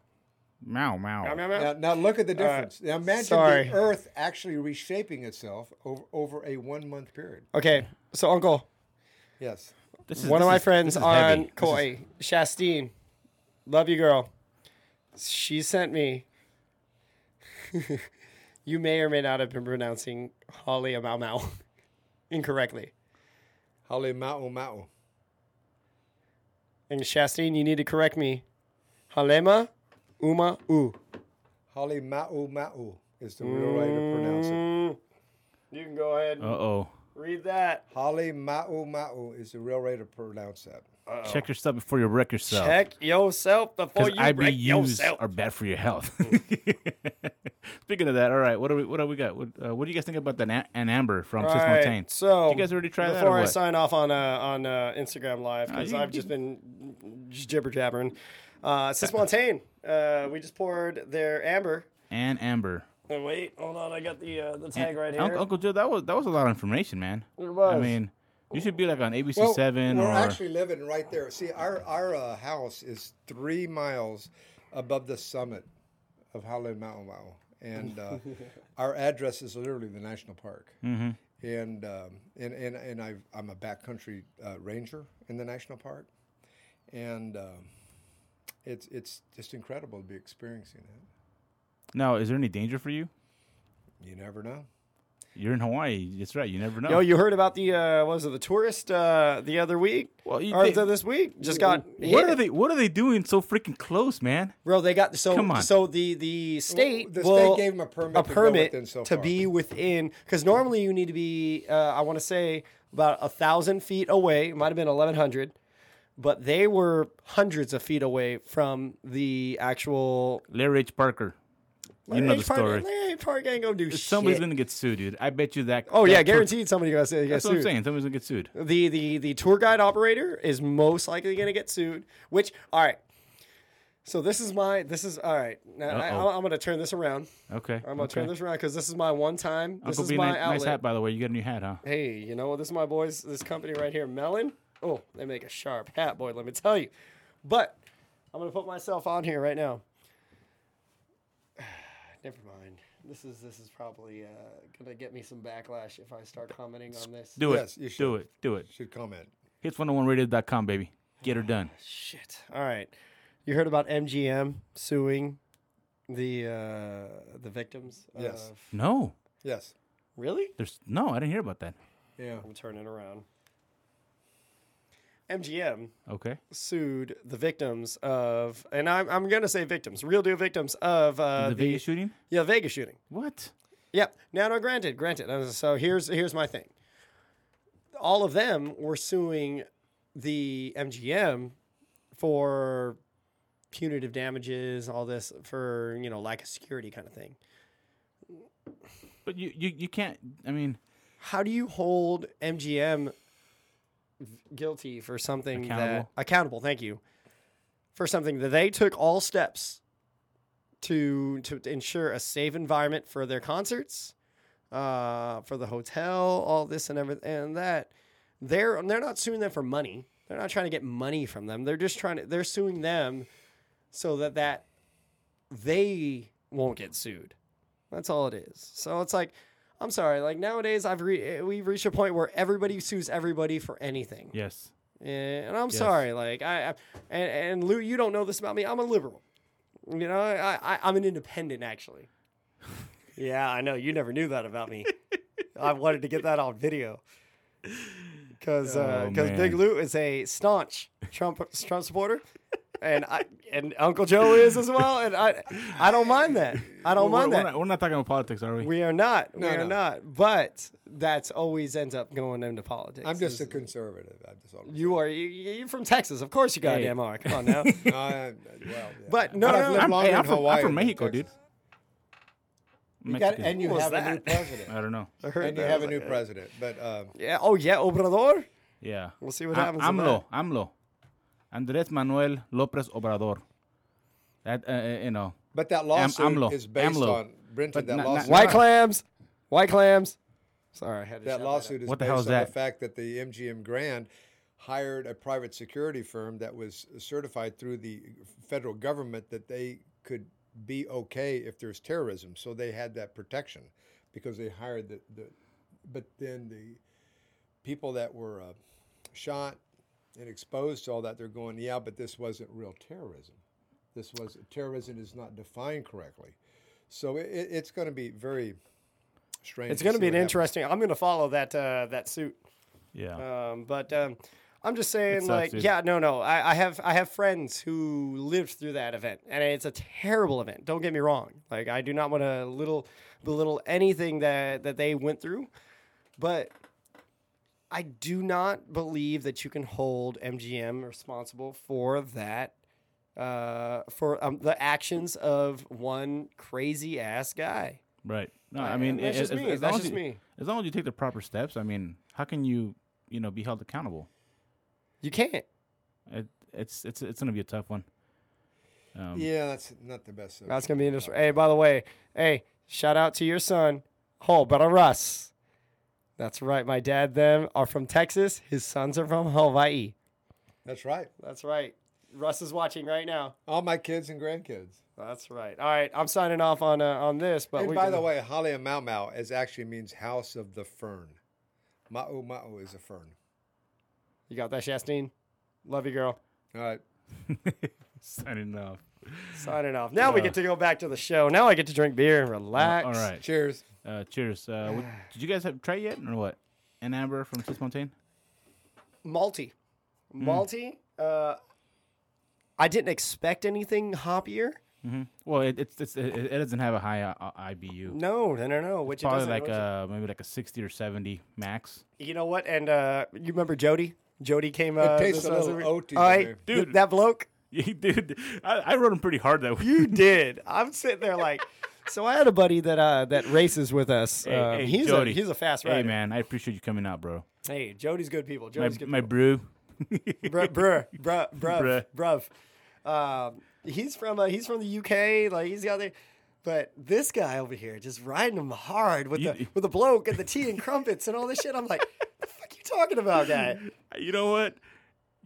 Meow, meow. Meow, meow, meow. Now, now look at the difference. now imagine Uh, sorry. the Earth actually reshaping itself over, over a one month period. Okay, so Uncle, Yes. This one of this my is- friends this is on heavy. This is- Kauai, Shastine, love you, girl. she sent me. you may or may not have been pronouncing Holly Mau Mau incorrectly. Holly Ma'u Ma'u. And Shastine, you need to correct me. Halema Uma U. Holly Ma'u Ma'u is the real way to pronounce it. Mm. You can go ahead Uh oh. read that. Holly Ma'u Ma'u is the real way to pronounce that. Check your stuff before you wreck yourself. Check yourself before Because you wreck IBUs yourself. Mm. are bad for your health. Speaking of that, all right, what are we? What do we got? What, uh, what do you guys think about the na- an amber from Six All right, Mountain? So Did you guys already try before that or I what? sign off on uh, on uh, Instagram Live because you- I've just been just jibber jabbering. Uh, Sis Montaigne, uh, we just poured their amber. An amber. And wait, hold on, I got the uh, the And tag right here. Uncle, Uncle Joe, that was that was a lot of information, man. It was. I mean, you should be like on ABC Well, Seven We're or actually living right there. See, our our uh, house is three miles above the summit of Howlin' Mau Mau, and uh, our address is literally the national park. And, um, and and and i I'm a backcountry uh, ranger in the national park, and um, it's it's just incredible to be experiencing it. now. Is there any danger for you? You never know. You're in Hawaii. That's right. You never know. Yo, you heard about the uh, what was it the tourist uh, the other week Well, you or did- the- this week? Just got what hit. are they? What are they doing so freaking close, man? Bro, they got so Come on. so the the state the state will- gave 'em a permit a to go permit within so to far. be within because normally you need to be uh, I want to say about a thousand feet away. It might have been eleven hundred, but they were hundreds of feet away from the actual. Larry H. Parker. you know the story. Hey, park ain't gonna do Somebody's shit. gonna get sued, dude. I bet you that. Oh that yeah, tour- guaranteed somebody gonna say yes. That's what I'm saying. Somebody's gonna get sued. the the the tour guide operator is most likely going to get sued. Which all right. So this is my this is all right. Now I, Uh-oh. I'm going to turn this around. Okay. I'm going to turn okay. this around because this is my one time. This Uncle is B, my nice, nice outlet. hat by the way. You got a new hat, huh? Hey, you know what? This is my boys. This company right here, Melon. Oh, they make a sharp hat, boy. Let me tell you. But I'm going to put myself on here right now. Never mind. This is this is probably uh, going to get me some backlash if I start commenting on this. Do Yes, you it. Do should. it. Do it. Should comment. Hits101radio.com, baby. Get her done. Shit. All right. You heard about MGM suing the uh, the victims? Yes. Of... No, Yes. Really? there's no. I didn't hear about that. Yeah. I'm turning around. MGM Okay. sued the victims of, and I'm, I'm gonna say victims, real deal victims of uh, the Vegas shooting. yeah Vegas shooting. What? Yep. Now, no, granted, granted. Uh, So here's here's my thing. All of them were suing the MGM for punitive damages, all this for you know lack of security kind of thing. But you, you, you can't. I mean, How do you hold MGM guilty for something that Accountable. accountable? Thank you for something that they took all steps to to ensure a safe environment for their concerts, uh, for the hotel, all this and everything and that. They're they're not suing them for money. They're not trying to get money from them. They're just trying to they're suing them so that that they won't get sued. That's all it is. So it's like I'm sorry, like nowadays I've re- we've reached a point where everybody sues everybody for anything. yes. Yeah, and I'm sorry. Like I, I and, and Lou, you don't know this about me. I'm a liberal. You know, I, I I'm an independent actually. yeah, I know. You never knew that about me. I wanted to get that on video because Oh, because Big man. Lou is a staunch Trump Trump supporter. And I and Uncle Joe is as well, and I I don't mind that. I don't We're, mind we're that. not, we're not talking about politics, are we? we are not. we are no. not. But that's always ends up going into politics. I'm just a is- conservative. I just all I'm you are you, you're from Texas, of course. You goddamn are. Come on now. saying. I- well, yeah. But no, I've no, lived no. I'm, longer hey, I'm in from, I'm Hawaii from than Mexico, dude. Texas. Mexican. You got- and you What was have a new that? president. I don't know. I heard and you that. have a new president. But um, Yeah. Oh yeah, Obrador. Yeah. We'll see what A- happens with AMLO. AMLO. Andres Manuel Lopez Obrador. That uh, uh, you know. but that lawsuit AMLO. is based AMLO. on Brenton. But That not- not- lawsuit, White clams. White clams. Sorry, I had to shout that lawsuit is What the based hell is on that? the fact that the MGM Grand hired a private security firm that was certified through the federal government that they could be okay if there's terrorism. So they had that protection because they hired the, the but then the people that were uh, shot and exposed to all that, they're going, yeah, but this wasn't real terrorism. This was terrorism is not defined correctly, so it, it- it's going to be very strange. It's going to to be see an what happens. interesting. I'm going to follow that uh, that suit. Yeah. Um, but um, I'm just saying, sucks, like, dude. yeah, no, no. I, I have I have friends who lived through that event, and it's a terrible event. Don't get me wrong. Like, I do not want to little belittle anything that that they went through, but I do not believe that you can hold MGM responsible for that. Uh, for um, the actions of one crazy ass guy. Right. No, I mean, that's a- just as- me. As, That's long as just you, me. As long as you take the proper steps, I mean, how can you, you know, be held accountable? You can't. It, it's it's it's gonna be a tough one. Um, Yeah, that's not the best. That's gonna be interesting. Hey, by the way, hey, shout out to your son, Ho, but Russ. That's right. My dad, them are from Texas. His sons are from Hawaii. That's right. That's right. Russ is watching right now. All my kids and grandkids. That's right. All right, I'm signing off on uh, on this. But and we by can- the way, Halia Mau Mau is actually means house of the fern. Ma'u Ma'u is a fern. you got that, Shastine. Love you, girl. All right. Signing off. Signing off. Now we get to go back to the show. Now I get to drink beer and relax. Uh, All right. Cheers. Uh, cheers. Uh, what, did you guys have try yet or what? An amber from Six Mountain. malty, Mm. malty. Uh, I didn't expect anything hoppier. Well, it it's, it's it, it doesn't have a high uh, uh, IBU. No, no, no, no. Which it Probably doesn't- like which it- uh maybe like a sixty or seventy max. You know what? And uh, you remember Jody? Jody came. Uh, tastes this a last little week. oaty All to right, me. dude, Dude. that bloke. Dude, I, I rode him pretty hard that week. You did. I'm sitting there like. So I had a buddy that uh, that races with us. Hey, Um, hey, he's Jody. a he's a fast rider. Hey man, I appreciate you coming out, bro. Hey, Jody's good people. My, Jody's good. my brew. people. bruh, bruh, bruh, bruv, bruv. Um, he's from uh, he's from the UK. Like he's got the. But this guy over here just riding him hard with You- the with the bloke and the tea and crumpets and all this shit. I'm like, the fuck you talking about, guy? you know what?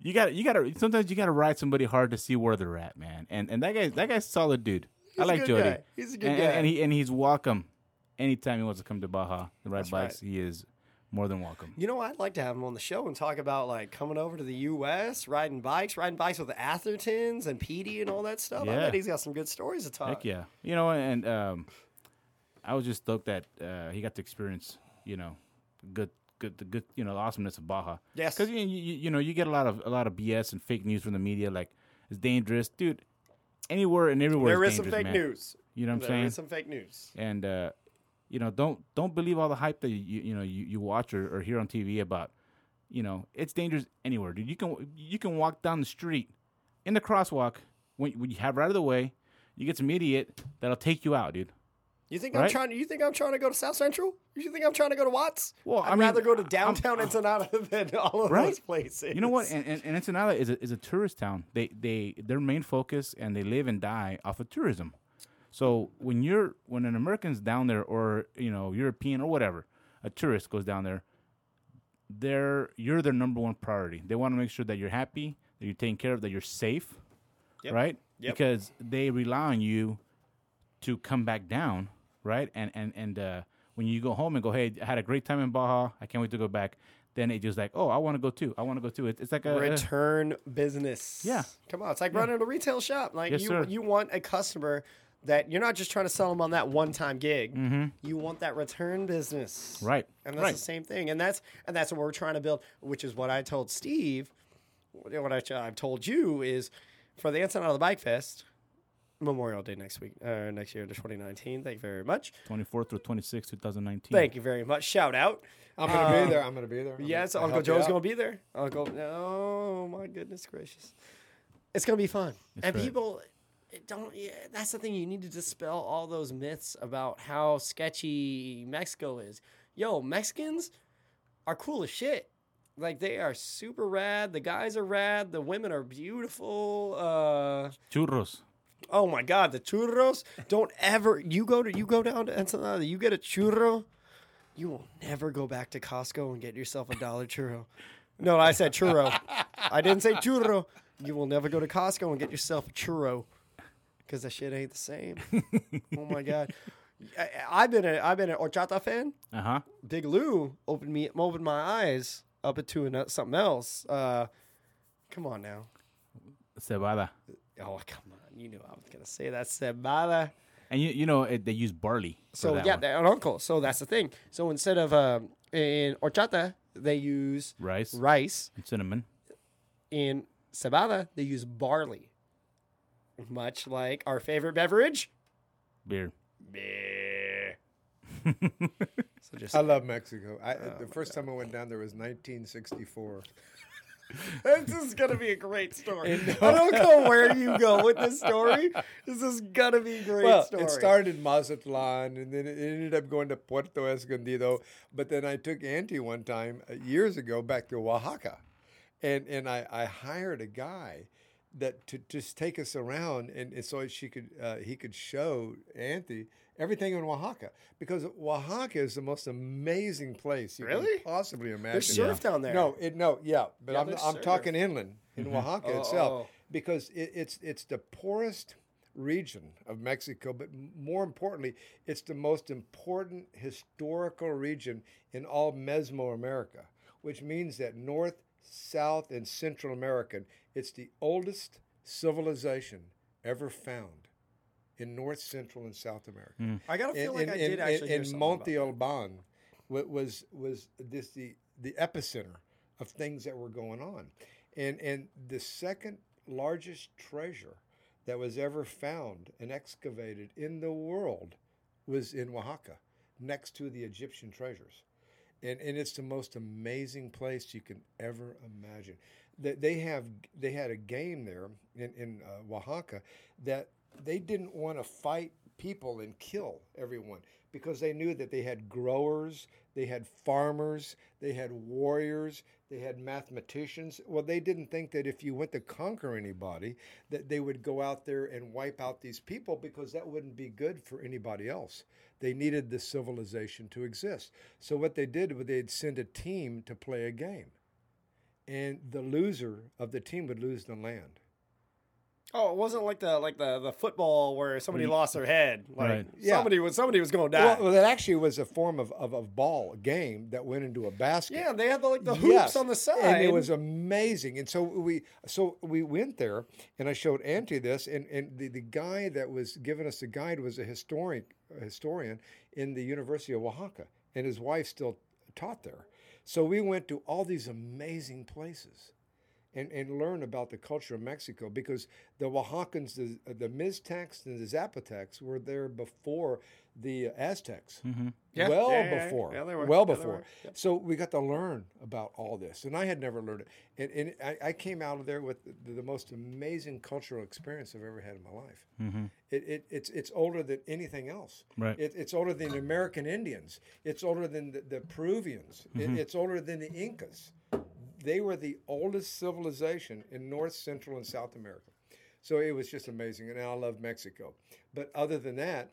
You got to you got to sometimes you got to ride somebody hard to see where they're at, man. And and that guy that guy's a solid dude. I a like good Jody. guy. He's a good and, guy. And, and he and he's welcome anytime he wants to come to Baja and ride right. bikes. He is more than welcome. You know, I'd like to have him on the show and talk about like coming over to the U.S., riding bikes, riding bikes with the Athertons and Petey and all that stuff. I Yeah. bet he's got some good stories to talk. Heck yeah. You know, and um, I was just stoked that uh, he got to experience, you know, good, good, the good, you know, the awesomeness of Baja. Yes. Because you, you, you know, you get a lot of a lot of BS and fake news from the media, like it's dangerous, dude. Anywhere and everywhere. There is is some dangerous, fake man. news. You know what I'm There saying? is some fake news. and uh, you know don't don't believe all the hype that you you know you, you watch or, or hear on TV about you know it's dangerous anywhere dude you can you can walk down the street in the crosswalk when, when you have right of the way you get some idiot that'll take you out dude You think I'm Right? trying? You think I'm trying to go to South Central? You think I'm trying to go to Watts? Well, I'd I mean, rather go to I'm- downtown Ensenada than all of Right? those places. you know what and, and, and Ensenada is a, is a tourist town they they their main focus and they live and die off of tourism so when you're when an American's down there or you know European or whatever a tourist goes down there they're you're their number one priority. They want to make sure that you're happy, that you're taken care of, that you're safe, right? Yep. Because they rely on you to come back down, right? And and and uh, when you go home and go, hey, I had a great time in Baja. I can't wait to go back. Then it just like, oh, I want to go too. I want to go too. It's, it's like a, a return business. uh, Yeah. Come on. It's like running a retail shop. Like Yes, you sir. you want a customer that you're not just trying to sell them on that one time gig. Mm-hmm. You want that return business. Right. And that's Right. the same thing. And that's and that's what we're trying to build, which is what I told Steve, what I, I've told you is for the Ensenada of the Bike Fest, Memorial Day next week, uh, next year to 2019. Thank you very much. 24th through 26th, 2019. Thank you very much. Shout out. I'm going to be there. I'm going to be there. I'm Um, Yes, gonna- I'll Uncle help you Joe's out. gonna be there. Uncle, oh my goodness gracious, it's gonna be fun. and right. people it don't. Yeah, that's the thing. You need to dispel all those myths about how sketchy Mexico is. Yo, Mexicans are cool as shit. Like they are super rad. The guys are rad. The women are beautiful. Uh, Churros. Oh my God, the churros! Don't ever you go to you go down to Ensenada, you get a churro, you will never go back to Costco and get yourself a dollar churro. No, I said churro. I didn't say churro. You will never go to Costco and get yourself a churro because that shit ain't the same. oh my God, I, I've been a I've been an horchata fan. Uh huh. Big Lou opened me opened my eyes up into ano- something else. Uh, come on Uh, now. Cebada. Oh come on You knew I was gonna say that cebada. And you you know it, they use barley. for So that yeah, one. they're an uncle. So that's the thing. So instead of um, in horchata, they use rice, rice. and cinnamon. In cebada, they use barley. Much like our favorite beverage, beer. so just I love Mexico. I, Uh, the first time I went down there was 1964. This is gonna be a great story. I don't know where you go with this story. This is gonna be a great Well, story. it started in Mazatlan, and then it ended up going to Puerto Escondido. But then I took Auntie one time uh, years ago back to Oaxaca, and and I, I hired a guy that to just take us around, and, and so she could uh, he could show Auntie everything in Oaxaca because Oaxaca is the most amazing place you Really? can possibly imagine. There's surf down there. No, it no, yeah, but Yeah, I'm, there's I'm surf. talking inland in Oaxaca Oh, itself oh. because it, it's it's the poorest region of Mexico, but m- more importantly, it's the most important historical region in all Mesoamerica, which means that North, South, and Central America, it's the oldest civilization ever found in North, Central, and South America I gotta feel like I did actually hear in something about Monte Alban wa- was was this the the epicenter of things that were going on, and and the second largest treasure that was ever found and excavated in the world was in Oaxaca, next to the Egyptian treasures. And, and it's the most amazing place you can ever imagine. They, they have they had a game there in, in uh, Oaxaca that they didn't want to fight people and kill everyone because they knew that they had growers, they had farmers, they had warriors, they had mathematicians. Well, they didn't think that if you went to conquer anybody, that they would go out there and wipe out these people because that wouldn't be good for anybody else. They needed the civilization to exist. So what they did was they'd send a team to play a game. And the loser of the team would lose the land. Oh, it wasn't like the like the, the football where somebody lost their head. Like Right. Yeah. somebody was somebody was going to die. Well, well, that actually was a form of, of, of ball game that went into a basket. yeah, they had the, like the hoops Yes, on the side. and it was amazing. And so we, so we went there, and I showed Auntie this, and and the, the guy that was giving us the guide was a historian, a historian in the University of Oaxaca, and his wife still taught there. So we went to all these amazing places and, and learn about the culture of Mexico because the Oaxacans, the, the Miztecs, and the Zapotecs were there before the Aztecs. Yeah. Well Yeah, yeah, yeah. before. Yeah, they were. Well Yeah, they before. were. Yep. So we got to learn about all this. And I had never learned it. And, and I, I came out of there with the, the most amazing cultural experience I've ever had in my life. It, it, it's, it's older than anything else. Right. It, it's older than the American Indians. It's older than the, the Peruvians. It- Mm-hmm. it's older than the Incas they were the oldest civilization in North, Central, and South America. So it was just amazing. And I love Mexico. But other than that,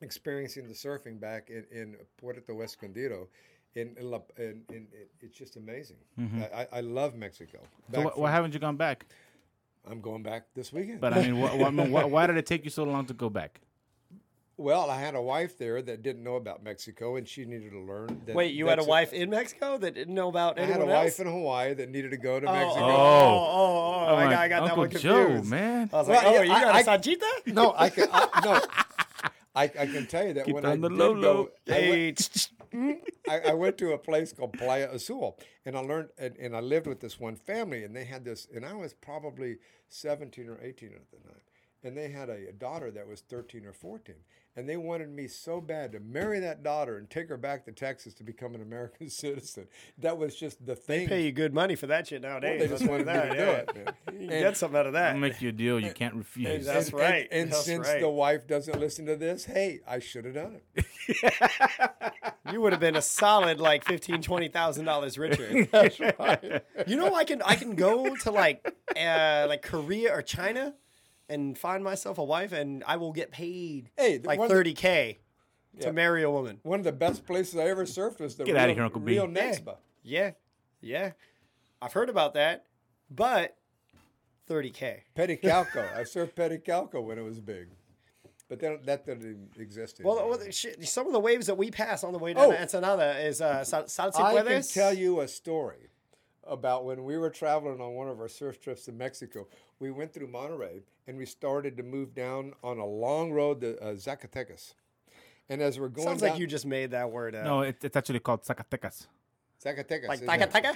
experiencing the surfing back in, in Puerto Escondido, in, in, La, in, in it, it's just amazing. I, I- I love Mexico. Mm-hmm. So Back wh- from- why haven't you gone back? I'm going back this weekend. But I mean, wh- wh- I mean, wh- why did it take you so long to go back? well, I had a wife there that didn't know about Mexico, and she needed to learn. That Wait, you had a Mexi- wife in Mexico that didn't know about I had a anyone wife else? in Hawaii that needed to go to oh, Mexico. oh, oh, oh, oh, I I'm got, like, I got that Uncle one Joe, confused. man. I was like, Well, oh, yeah, you I- got a I- sanjita? No, I can. I, no, I, I can tell you that when I on the did low go, low. I went, Hey, I, I went to a place called Playa Azul, and I learned, and, and I lived with this one family, and they had this, and I was probably seventeen or eighteen at the time, and they had a, a daughter that was thirteen or fourteen, and they wanted me so bad to marry that daughter and take her back to Texas to become an American citizen. That was just the thing. pay you good money for that shit Well, nowadays. they just I'll tell wanted you me to that, do yeah. it. man. You And- get something out of I'll that. make you a deal you can't refuse. That's and- right. And, That's since right. the wife doesn't listen to this, hey, I should have done it. you would have been a solid like fifteen, twenty thousand dollars richer. That's right. You know, I can I can go to like uh, like Korea or China and find myself a wife, and I will get paid Hey, the like one- thirty k Yeah. to marry a woman. One of the best places I ever surfed was the Get real, outta here, Uncle B. real Yeah. Nexba. Yeah, yeah, I've heard about that, but thirty k. Peticalco. I surfed Peticalco when it was big, but that that didn't exist. Well, anymore. well, the shit, some of the waves that we pass on the way down Oh. to Ensenada is uh, Sal- Salsipuedes. I can tell you a story about when we were traveling on one of our surf trips to Mexico. We went through Monterey and we started to move down on a long road to uh, Zacatecas. And as we're going Sounds down, like you just made that word up. No, it, it's actually called Zacatecas. Zacatecas, like isn't taka it? taka.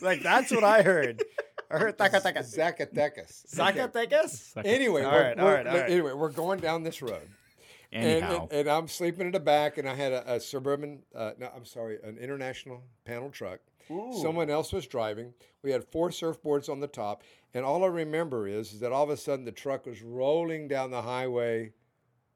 like that's what I heard. I heard taka taka. Zacatecas. Taka takas. Anyway, All we're- right, all we're- right, all right. Anyway, we're going down this road. And, Anyhow, and I'm sleeping in the back, and I had a, a suburban, uh, no, I'm sorry, an international panel truck. Someone else was driving. We had four surfboards on the top, and all I remember is, is that all of a sudden the truck was rolling down the highway,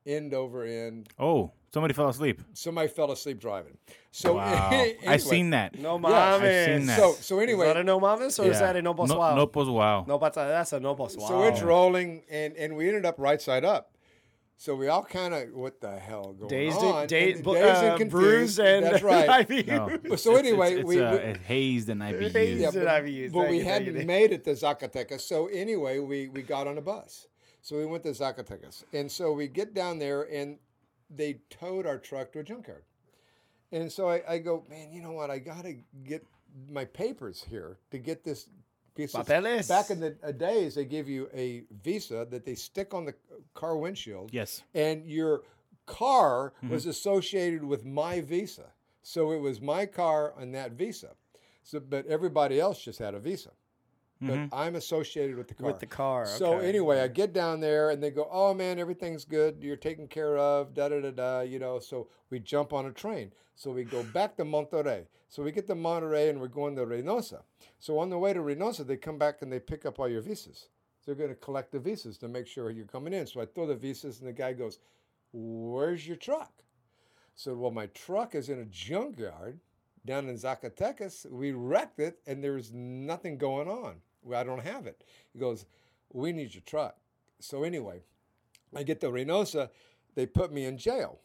end over end. oh, somebody fell asleep. Somebody fell asleep driving. So Wow, anyway, I've seen that. No I've mames. seen that. So so Is that a anyway, no mames or is Yeah. that a no No- wow? No pues wow. No pasa- That's a no wow. so it's rolling, and and we ended up right side up. So we all kind of what the hell going dazed, on? and, da- And bu- dazed and uh, confused. bruised and that's right. IBUs. No. Well, so It's- anyway, it's, we- uh, we- it's hazed and IBU. Hazed. Yeah, Is it but, IBUs? but Thank we you, thank hadn't you. made it to Zacatecas. So anyway, we, we got on a bus. So we went to Zacatecas. And so we get down there and they towed our truck to a junkyard. And so I, I go, man, you know what? I got to get my papers here to get this piece of Papeles. Back in the uh, days, they give you a visa that they stick on the car windshield Yes. and your car was associated with my visa. So it was my car on that visa. So, but everybody else just had a visa. But I'm associated with the car. Mm-hmm. With the car, So okay. anyway, I get down there and they go, "Oh man, everything's good. You're taken care of." Da da da da. You know. So we jump on a train. So we go back to Monterrey. So we get to Monterrey and we're going to Reynosa. So on the way to Reynosa, they come back and they pick up all your visas. They're going to collect the visas to make sure you're coming in. So I throw the visas and the guy goes, "Where's your truck?" So well, my truck is in a junkyard down in Zacatecas. We wrecked it, and there was nothing going on. Well, I don't have it. He goes, "We need your truck." So anyway, I get to Reynosa. They put me in jail.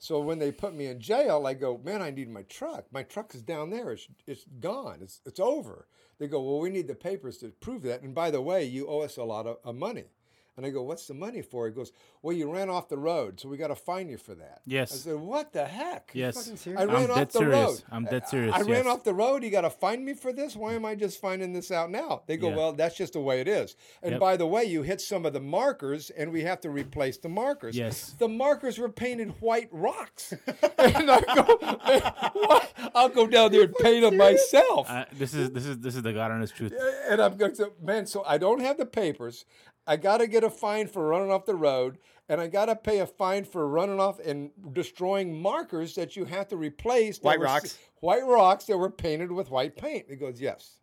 So when they put me in jail, I go, "Man, I need my truck. My truck is down there. It's it's gone. It's it's over." They go, "Well, we need the papers to prove that." And by the way, you owe us a lot of, of money. And I go, "What's the money for?" He goes, "Well, you ran off the road, so we got to fine you for that." Yes. I said, "What the heck?" Yes. I ran I'm off dead the serious. road. I'm dead serious. I ran yes. off the road. You got to find me for this. Why am I just finding this out now? They go, Yeah. well, that's just the way it is. And Yep. by the way, you hit some of the markers, and we have to replace the markers. Yes. the markers were painted white rocks. and I go, "Man, what? I'll go down there and paint them myself. Uh, this is this is this is the God honest truth. and I'm going to man. So I don't have the papers. I got to get a fine for running off the road, and I got to pay a fine for running off and destroying markers that you have to replace. that White were s- rocks. White rocks that were painted with white paint. He goes, yes.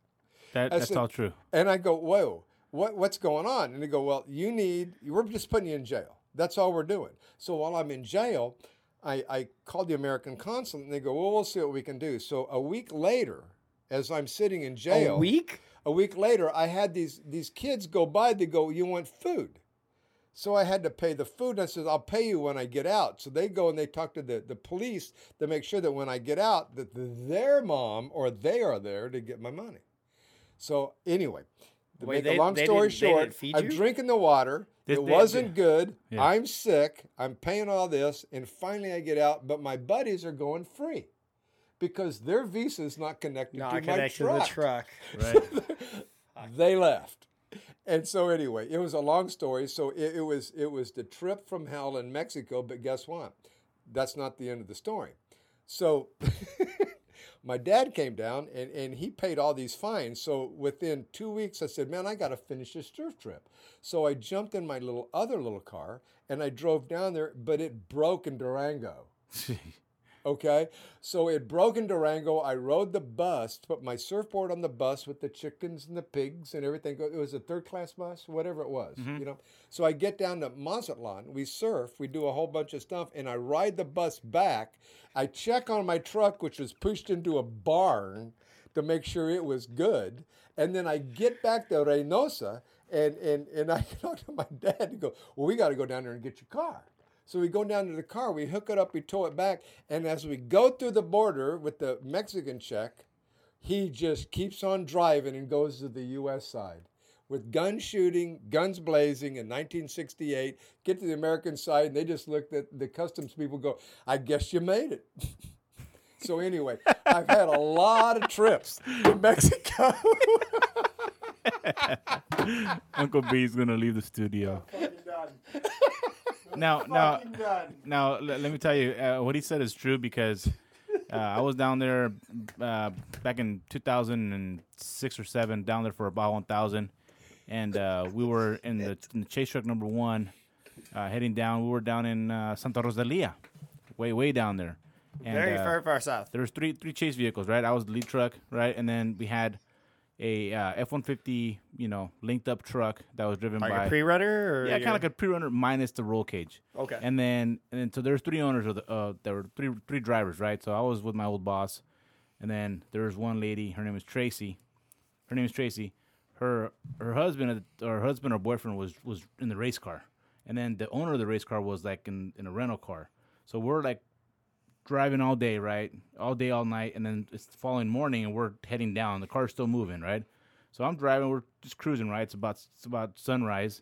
That, that's said- all true. And I go, whoa, what, what's going on? And they go, well, you need, we're just putting you in jail. That's all we're doing. So while I'm in jail, I, I called the American consulate and they go, well, we'll see what we can do. So a week later, as I'm sitting in jail, A week? a week later, I had these, these kids go by, they go, you want food? So I had to pay the food. And I said, I'll pay you when I get out. So they go and they talk to the, the police to make sure that when I get out, that their mom or they are there to get my money. So anyway, to Wait, make they- a long they story didn't- they short, didn't feed I'm you? drinking the water. They- it they- wasn't good. Yeah. I'm sick. I'm paying all this, and finally I get out. But my buddies are going free because their visa is not connected Not to connected my to the truck. truck. Right. They left. And so anyway, it was a long story. So it, it was it was the trip from hell in Mexico, but guess what? That's not the end of the story. So my dad came down and, and he paid all these fines. So within two weeks, I said, Man, I got to finish this surf trip. So I jumped in my little other little car and I drove down there, but it broke in Durango. Okay. So it broke in Durango. I rode the bus, put my surfboard on the bus with the chickens and the pigs and everything. It was a third class bus, whatever it was, you know. So I get down to Mazatlan, we surf, we do a whole bunch of stuff, and I ride the bus back. I check on my truck, which was pushed into a barn to make sure it was good. And then I get back to Reynosa and, and, and I talk to my dad and go, Well, we got to go down there and get your car. So we go down to the car, we hook it up, we tow it back, and as we go through the border with the Mexican check, he just keeps on driving and goes to the U.S. side. With gun shooting, guns blazing in 1968, get to the American side, and they just looked at the customs people go, I guess you made it. So anyway, I've had a lot of trips to Mexico. Uncle B's gonna leave the studio. Now, now, now, l- let me tell you, uh, what he said is true because uh, I was down there uh, back in 2006 or seven, down there for about 1,000, and uh, we were in the, in the chase truck number one, uh, heading down. We were down in uh, Santa Rosalia, way, way down there. And, Very uh, far, far south. there was three three chase vehicles, right? I was the lead truck, right? And then we had a uh, F-150, you know, linked up truck that was driven Like by a pre-runner, or yeah, kind your- of like a pre-runner minus the roll cage. Okay. And then and then so there's three owners of the uh, there were three three drivers, right? So I was with my old boss, and then there was one lady. Her name is Tracy. Her name is Tracy. Her her husband at the- or her husband or boyfriend was was in the race car, and then the owner of the race car was like in in a rental car. So we're like driving all day, right? All day, all night, and then it's the following morning, and we're heading down. The car's still moving, right? So I'm driving. We're just cruising, right? It's about it's about sunrise,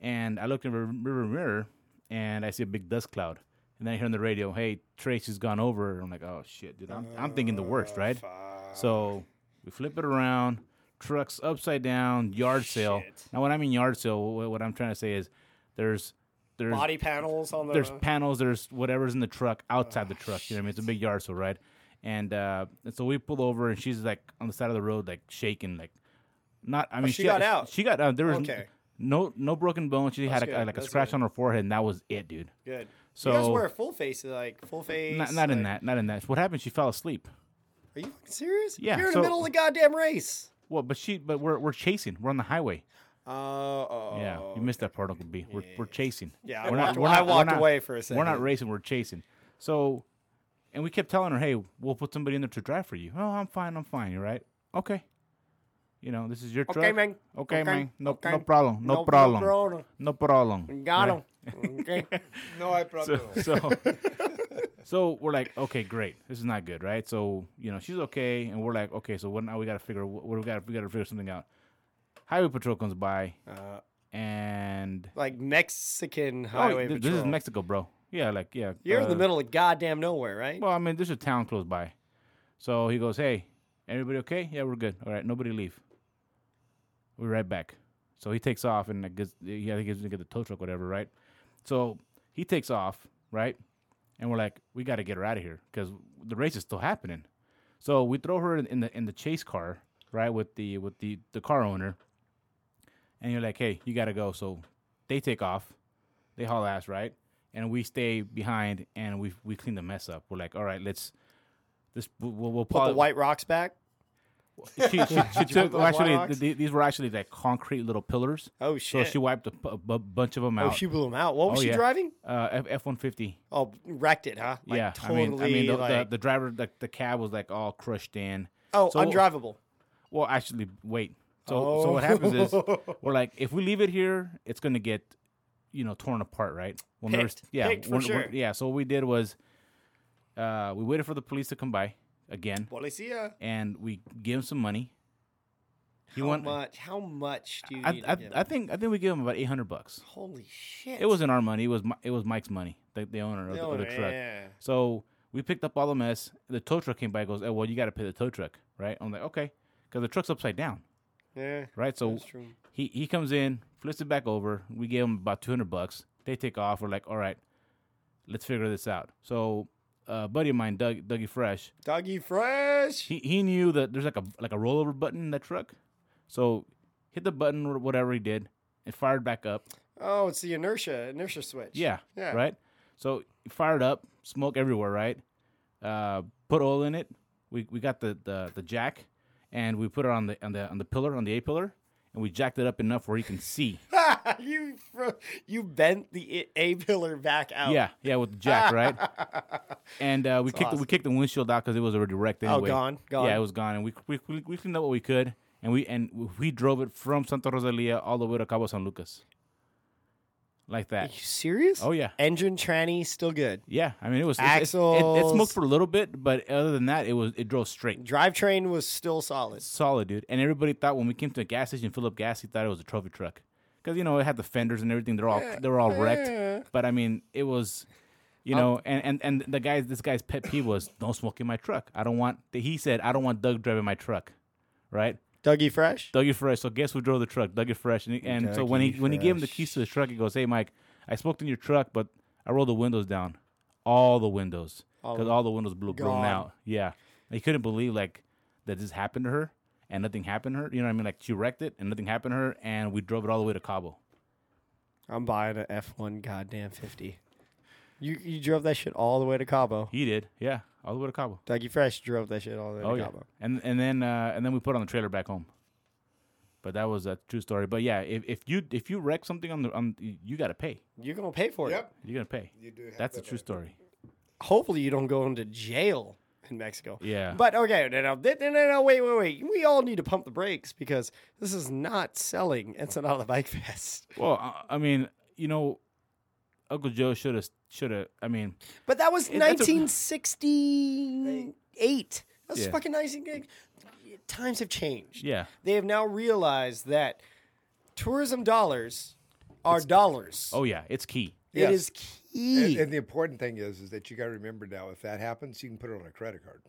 and I look in the river mirror, and I see a big dust cloud. And then I hear on the radio, "Hey, Tracy's gone over." I'm like, "Oh shit, dude!" I'm, I'm thinking the worst, right? So we flip it around. Trucks upside down. Yard sale. Now, when I mean yard sale, wh- what I'm trying to say is, there's there's body panels on the. there's panels, there's whatever's in the truck outside the truck. You know what I mean? It's a big yard sale, right? And, uh, and so we pulled over, and she's like on the side of the road, like shaking, like not. I mean, Oh, she got out. She got out. There was n- Okay. no no broken bone. She had good, a, like a that's scratch good. on her forehead, and that was it, dude. good. So- you guys wear full face, like full face. Not, not in like- that. Not in that. What happened? She fell asleep. Are you fucking serious? Yeah, You're in so- the middle of the goddamn race. Well, but she. But we're we're chasing. We're on the highway. Oh, oh, Yeah, you missed that part, Uncle B. We're, we're chasing. Yeah, I we're walked- I walked away for a We're not second. racing, we're chasing. So, and we kept telling her, hey, we'll put somebody in there to drive for you. Oh, I'm fine, I'm fine. You're right. Okay. You know, this is your Okay, truck. man. Okay, Okay, man. No, okay. no problem. No, No problem. problem. No problem. got Right? him. okay. no, I probably So, so, so we're like, okay, great. This is not good, right? So, you know, she's okay, and we're like, okay, so what now? We got to figure. What what we got? We got to figure something out. Highway patrol comes by, Uh, and Like Mexican Oh, highway th- patrol. This is Mexico, bro. Yeah, like yeah. You're in uh, the middle of goddamn nowhere, right? Well, I mean, there's a town close by. So he goes, "Hey, everybody okay? Yeah, we're good. All right, nobody leave. We're right back." So he takes off and like, gets, yeah, he gives to get the tow truck, whatever, right? So he takes off, right? And we're like, "We got to get her out of here because the race is still happening." So we throw her in, in the in the chase car, right, with the with the the car owner. And you're like, "Hey, you got to go." So they take off they haul ass, right? And we stay behind and we we clean the mess up. We're like, all right, let's this we'll, we'll Put pull the white rocks back. She, she, she took the well, actually white rocks? th- th- these were actually like concrete little pillars. Oh So shit. she wiped a, bu- a bu- bunch of them oh, out. she blew him out. What was Oh, she yeah. driving? uh, F one fifty. Oh, wrecked it, huh? Like, yeah, totally. I mean, I mean, the, like, the, the driver, the, the cab was like all crushed in. oh, so- undrivable. Well, actually, wait. So, so what happens is Oh. we're like, if we leave it here, it's gonna get, you know, torn apart, right? We'll Picked. yeah, Picked for we're- sure. we're- yeah. So what we did was, uh, we waited for the police to come by again, Policia. and we give him some money. You How want? much? How much do you I, need? I, to get I think I think we gave him about eight hundred bucks. Holy shit! It wasn't our money. It was Mi- it was Mike's money, the, the owner of the, of the Yeah. truck. So we picked up all the mess. The tow truck came by. and Goes, oh well, you got to pay the tow truck, right? I'm like, okay, because the truck's upside down Yeah. right? So That's true. he he comes in, flips it back over. We gave him about two hundred bucks. They take off. We're like, all right, let's figure this out. So a buddy of mine, Doug Dougie Fresh, Doggy fresh. he he knew that there's like a like a rollover button in that truck. So hit the button or whatever he did, it fired back up. Oh, it's the inertia inertia switch. Yeah, Yeah. right. So it fired up, smoke everywhere, right? Uh, put oil in it. We we got the, the the jack, and we put it on the on the on the pillar on the A pillar, and we jacked it up enough where he can see. you fro- you bent the A pillar back out. Yeah, yeah, with the jack, right? and uh, we kicked the, we kicked the windshield out because it was already wrecked anyway. Oh, gone, gone. Yeah, it was gone, and we we, we we cleaned up what we could, and we and we drove it from Santa Rosalia all the way to Cabo San Lucas, like Are that. you serious? Oh, yeah. Engine tranny still good. Yeah, I mean it was it- it- It, it, Axles. smoked for a little bit, but other than that, it was it drove straight, Drivetrain was still solid. solid, dude. And everybody thought when we came to the gas station, fill up gas, he thought it was a trophy truck because you know it had the fenders and everything. They're all they were all wrecked, but I mean it was You know, and, and and the guy, this guy's pet peeve was don't smoke in my truck. I don't want. He said I don't want Doug driving my truck, right? Dougie Fresh. Dougie Fresh. So guess who drove the truck? Dougie Fresh. And, and so when he Dougie when he gave him the keys to his truck, he goes, "Hey, Mike, I smoked in your truck, but I rolled the windows down, all the windows, because all the windows blew blown Gone. out. Yeah, And he couldn't believe like that this happened to her and nothing happened to her. You know what I mean? Like she wrecked it and nothing happened to her, and we drove it all the way to Cabo. I'm buying an F1 goddamn 50. You you drove that shit all the way to Cabo. He did, yeah, all the way to Cabo. Dougie Fresh drove that shit all the way Oh to yeah, Cabo. and and then uh, and then we put on the trailer back home. But that was a true story. But yeah, if, if you if you wreck something on the on, you gotta pay. You're gonna pay for Yep. You're gonna pay. You do have That's a to true pay. story. it. Hopefully you don't go into jail in Mexico. Yeah. But okay, no, no, no, no, no, wait, wait, wait. We all need to pump the brakes because this is not selling Ensenada Bike Fest. Well, I- I mean, you know, Uncle Joe should have should have. I mean, But that was Yeah, that's a- 1968. That was Yeah. fucking 1968. Times have changed. yeah, They have now realized that tourism dollars are dollars. oh yeah, it's key. It Yes. is key. And, and the important thing is, is that you got to remember now, if that happens, you can put it on a credit card.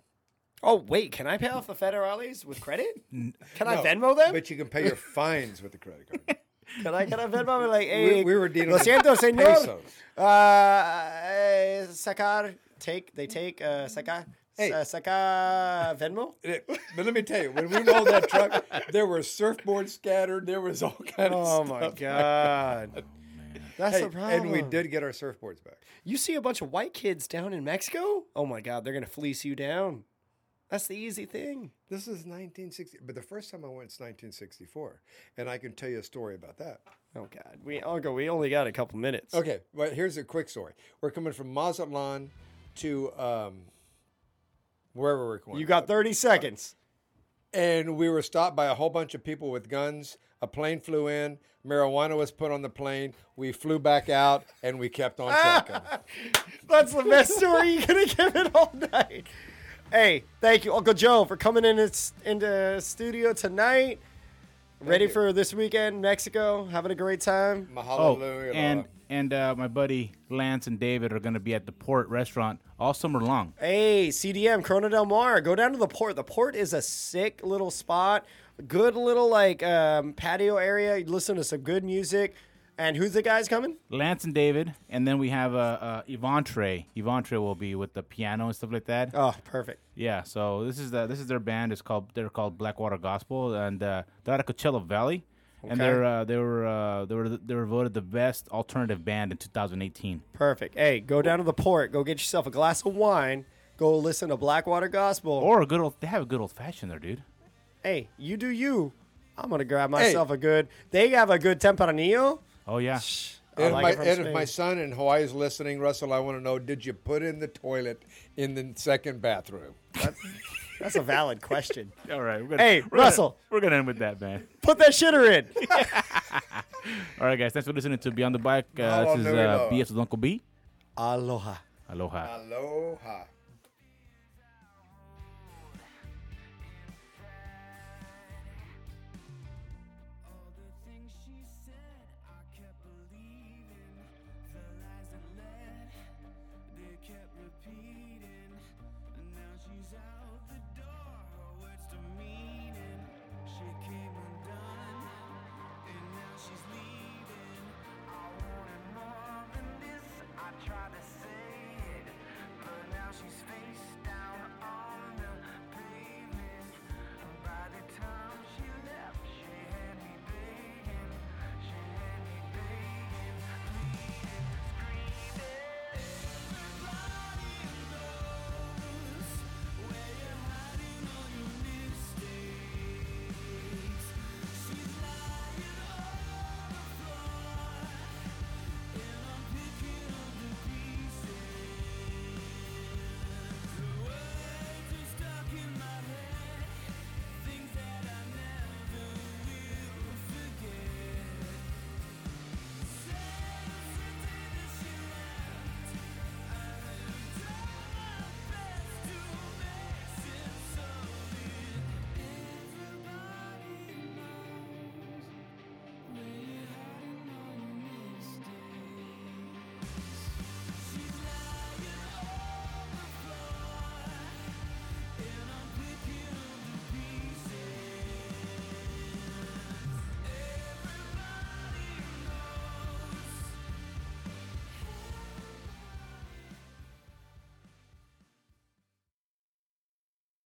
oh wait, can I pay off the federales with credit? Can I No, Venmo them? But you can pay your fines with the credit card. Can I can I Venmo? them? Like, hey, we, we were dealing lo siento, señor. pesos. Uh, sacar, take. They take. Uh, sacar. Hey. sa- sacar Venmo. It- but let me tell you, when we rolled that truck, there were surfboards scattered. There was all kind of Oh stuff. my god. That's Hey, the problem. and we did get our surfboards back. You see a bunch of white kids down in Mexico? Oh my god, they're gonna fleece you down. That's the easy thing. This is 1960, but the first time I went, it's 1964, and I can tell you a story about that. Oh god, we Uncle, we only got a couple minutes. Okay, well, here's a quick story. We're coming from Mazatlan to um, wherever we're going. You got 30 seconds. and we were stopped by a whole bunch of people with guns. A plane flew in, marijuana was put on the plane. We flew back out, and we kept on trucking. That's the best story you're gonna give it all night. Hey, thank you, Uncle Joe, for coming in its into studio tonight. Ready you. for this weekend, Mexico, having a great time. Oh, Mahalo, Lulu, and and uh, my buddy Lance and David are gonna be at the Port Restaurant all summer long. Hey, CDM, Corona Del Mar, go down to the port. The port is a sick little spot. Good little like um, patio area. You listen to some good music. And who's the guys coming? Lance and David, and then we have uh, uh, Yvonne Trey. Yvonne Trey will be with the piano and stuff like that. Oh, perfect. Yeah, so this is the this is their band. It's called they're called Blackwater Gospel, and uh, they're out of Coachella Valley, and they're uh, they were uh, they were they were voted the best alternative band in 2018. Perfect. Hey, go down to the port. Go get yourself a glass of wine. Go listen to Blackwater Gospel. Or a good old they have a good old fashioned there, dude. hey, you do you. I'm going to grab myself a good. They have a good Tempranillo. Oh yeah, I And, like my, it from and if Spain. my son in Hawaii is listening, Russell, I want to know: Did you put in the toilet in the second bathroom? That's a valid question. all right. We're gonna, Hey, we're gonna- Russell. we're gonna end with that, man. Put that shitter in. All right, guys, thanks for listening to Beyond the Bike. Uh, Hello, this is Nuno. uh, BS with Uncle B. Aloha. Aloha. Aloha.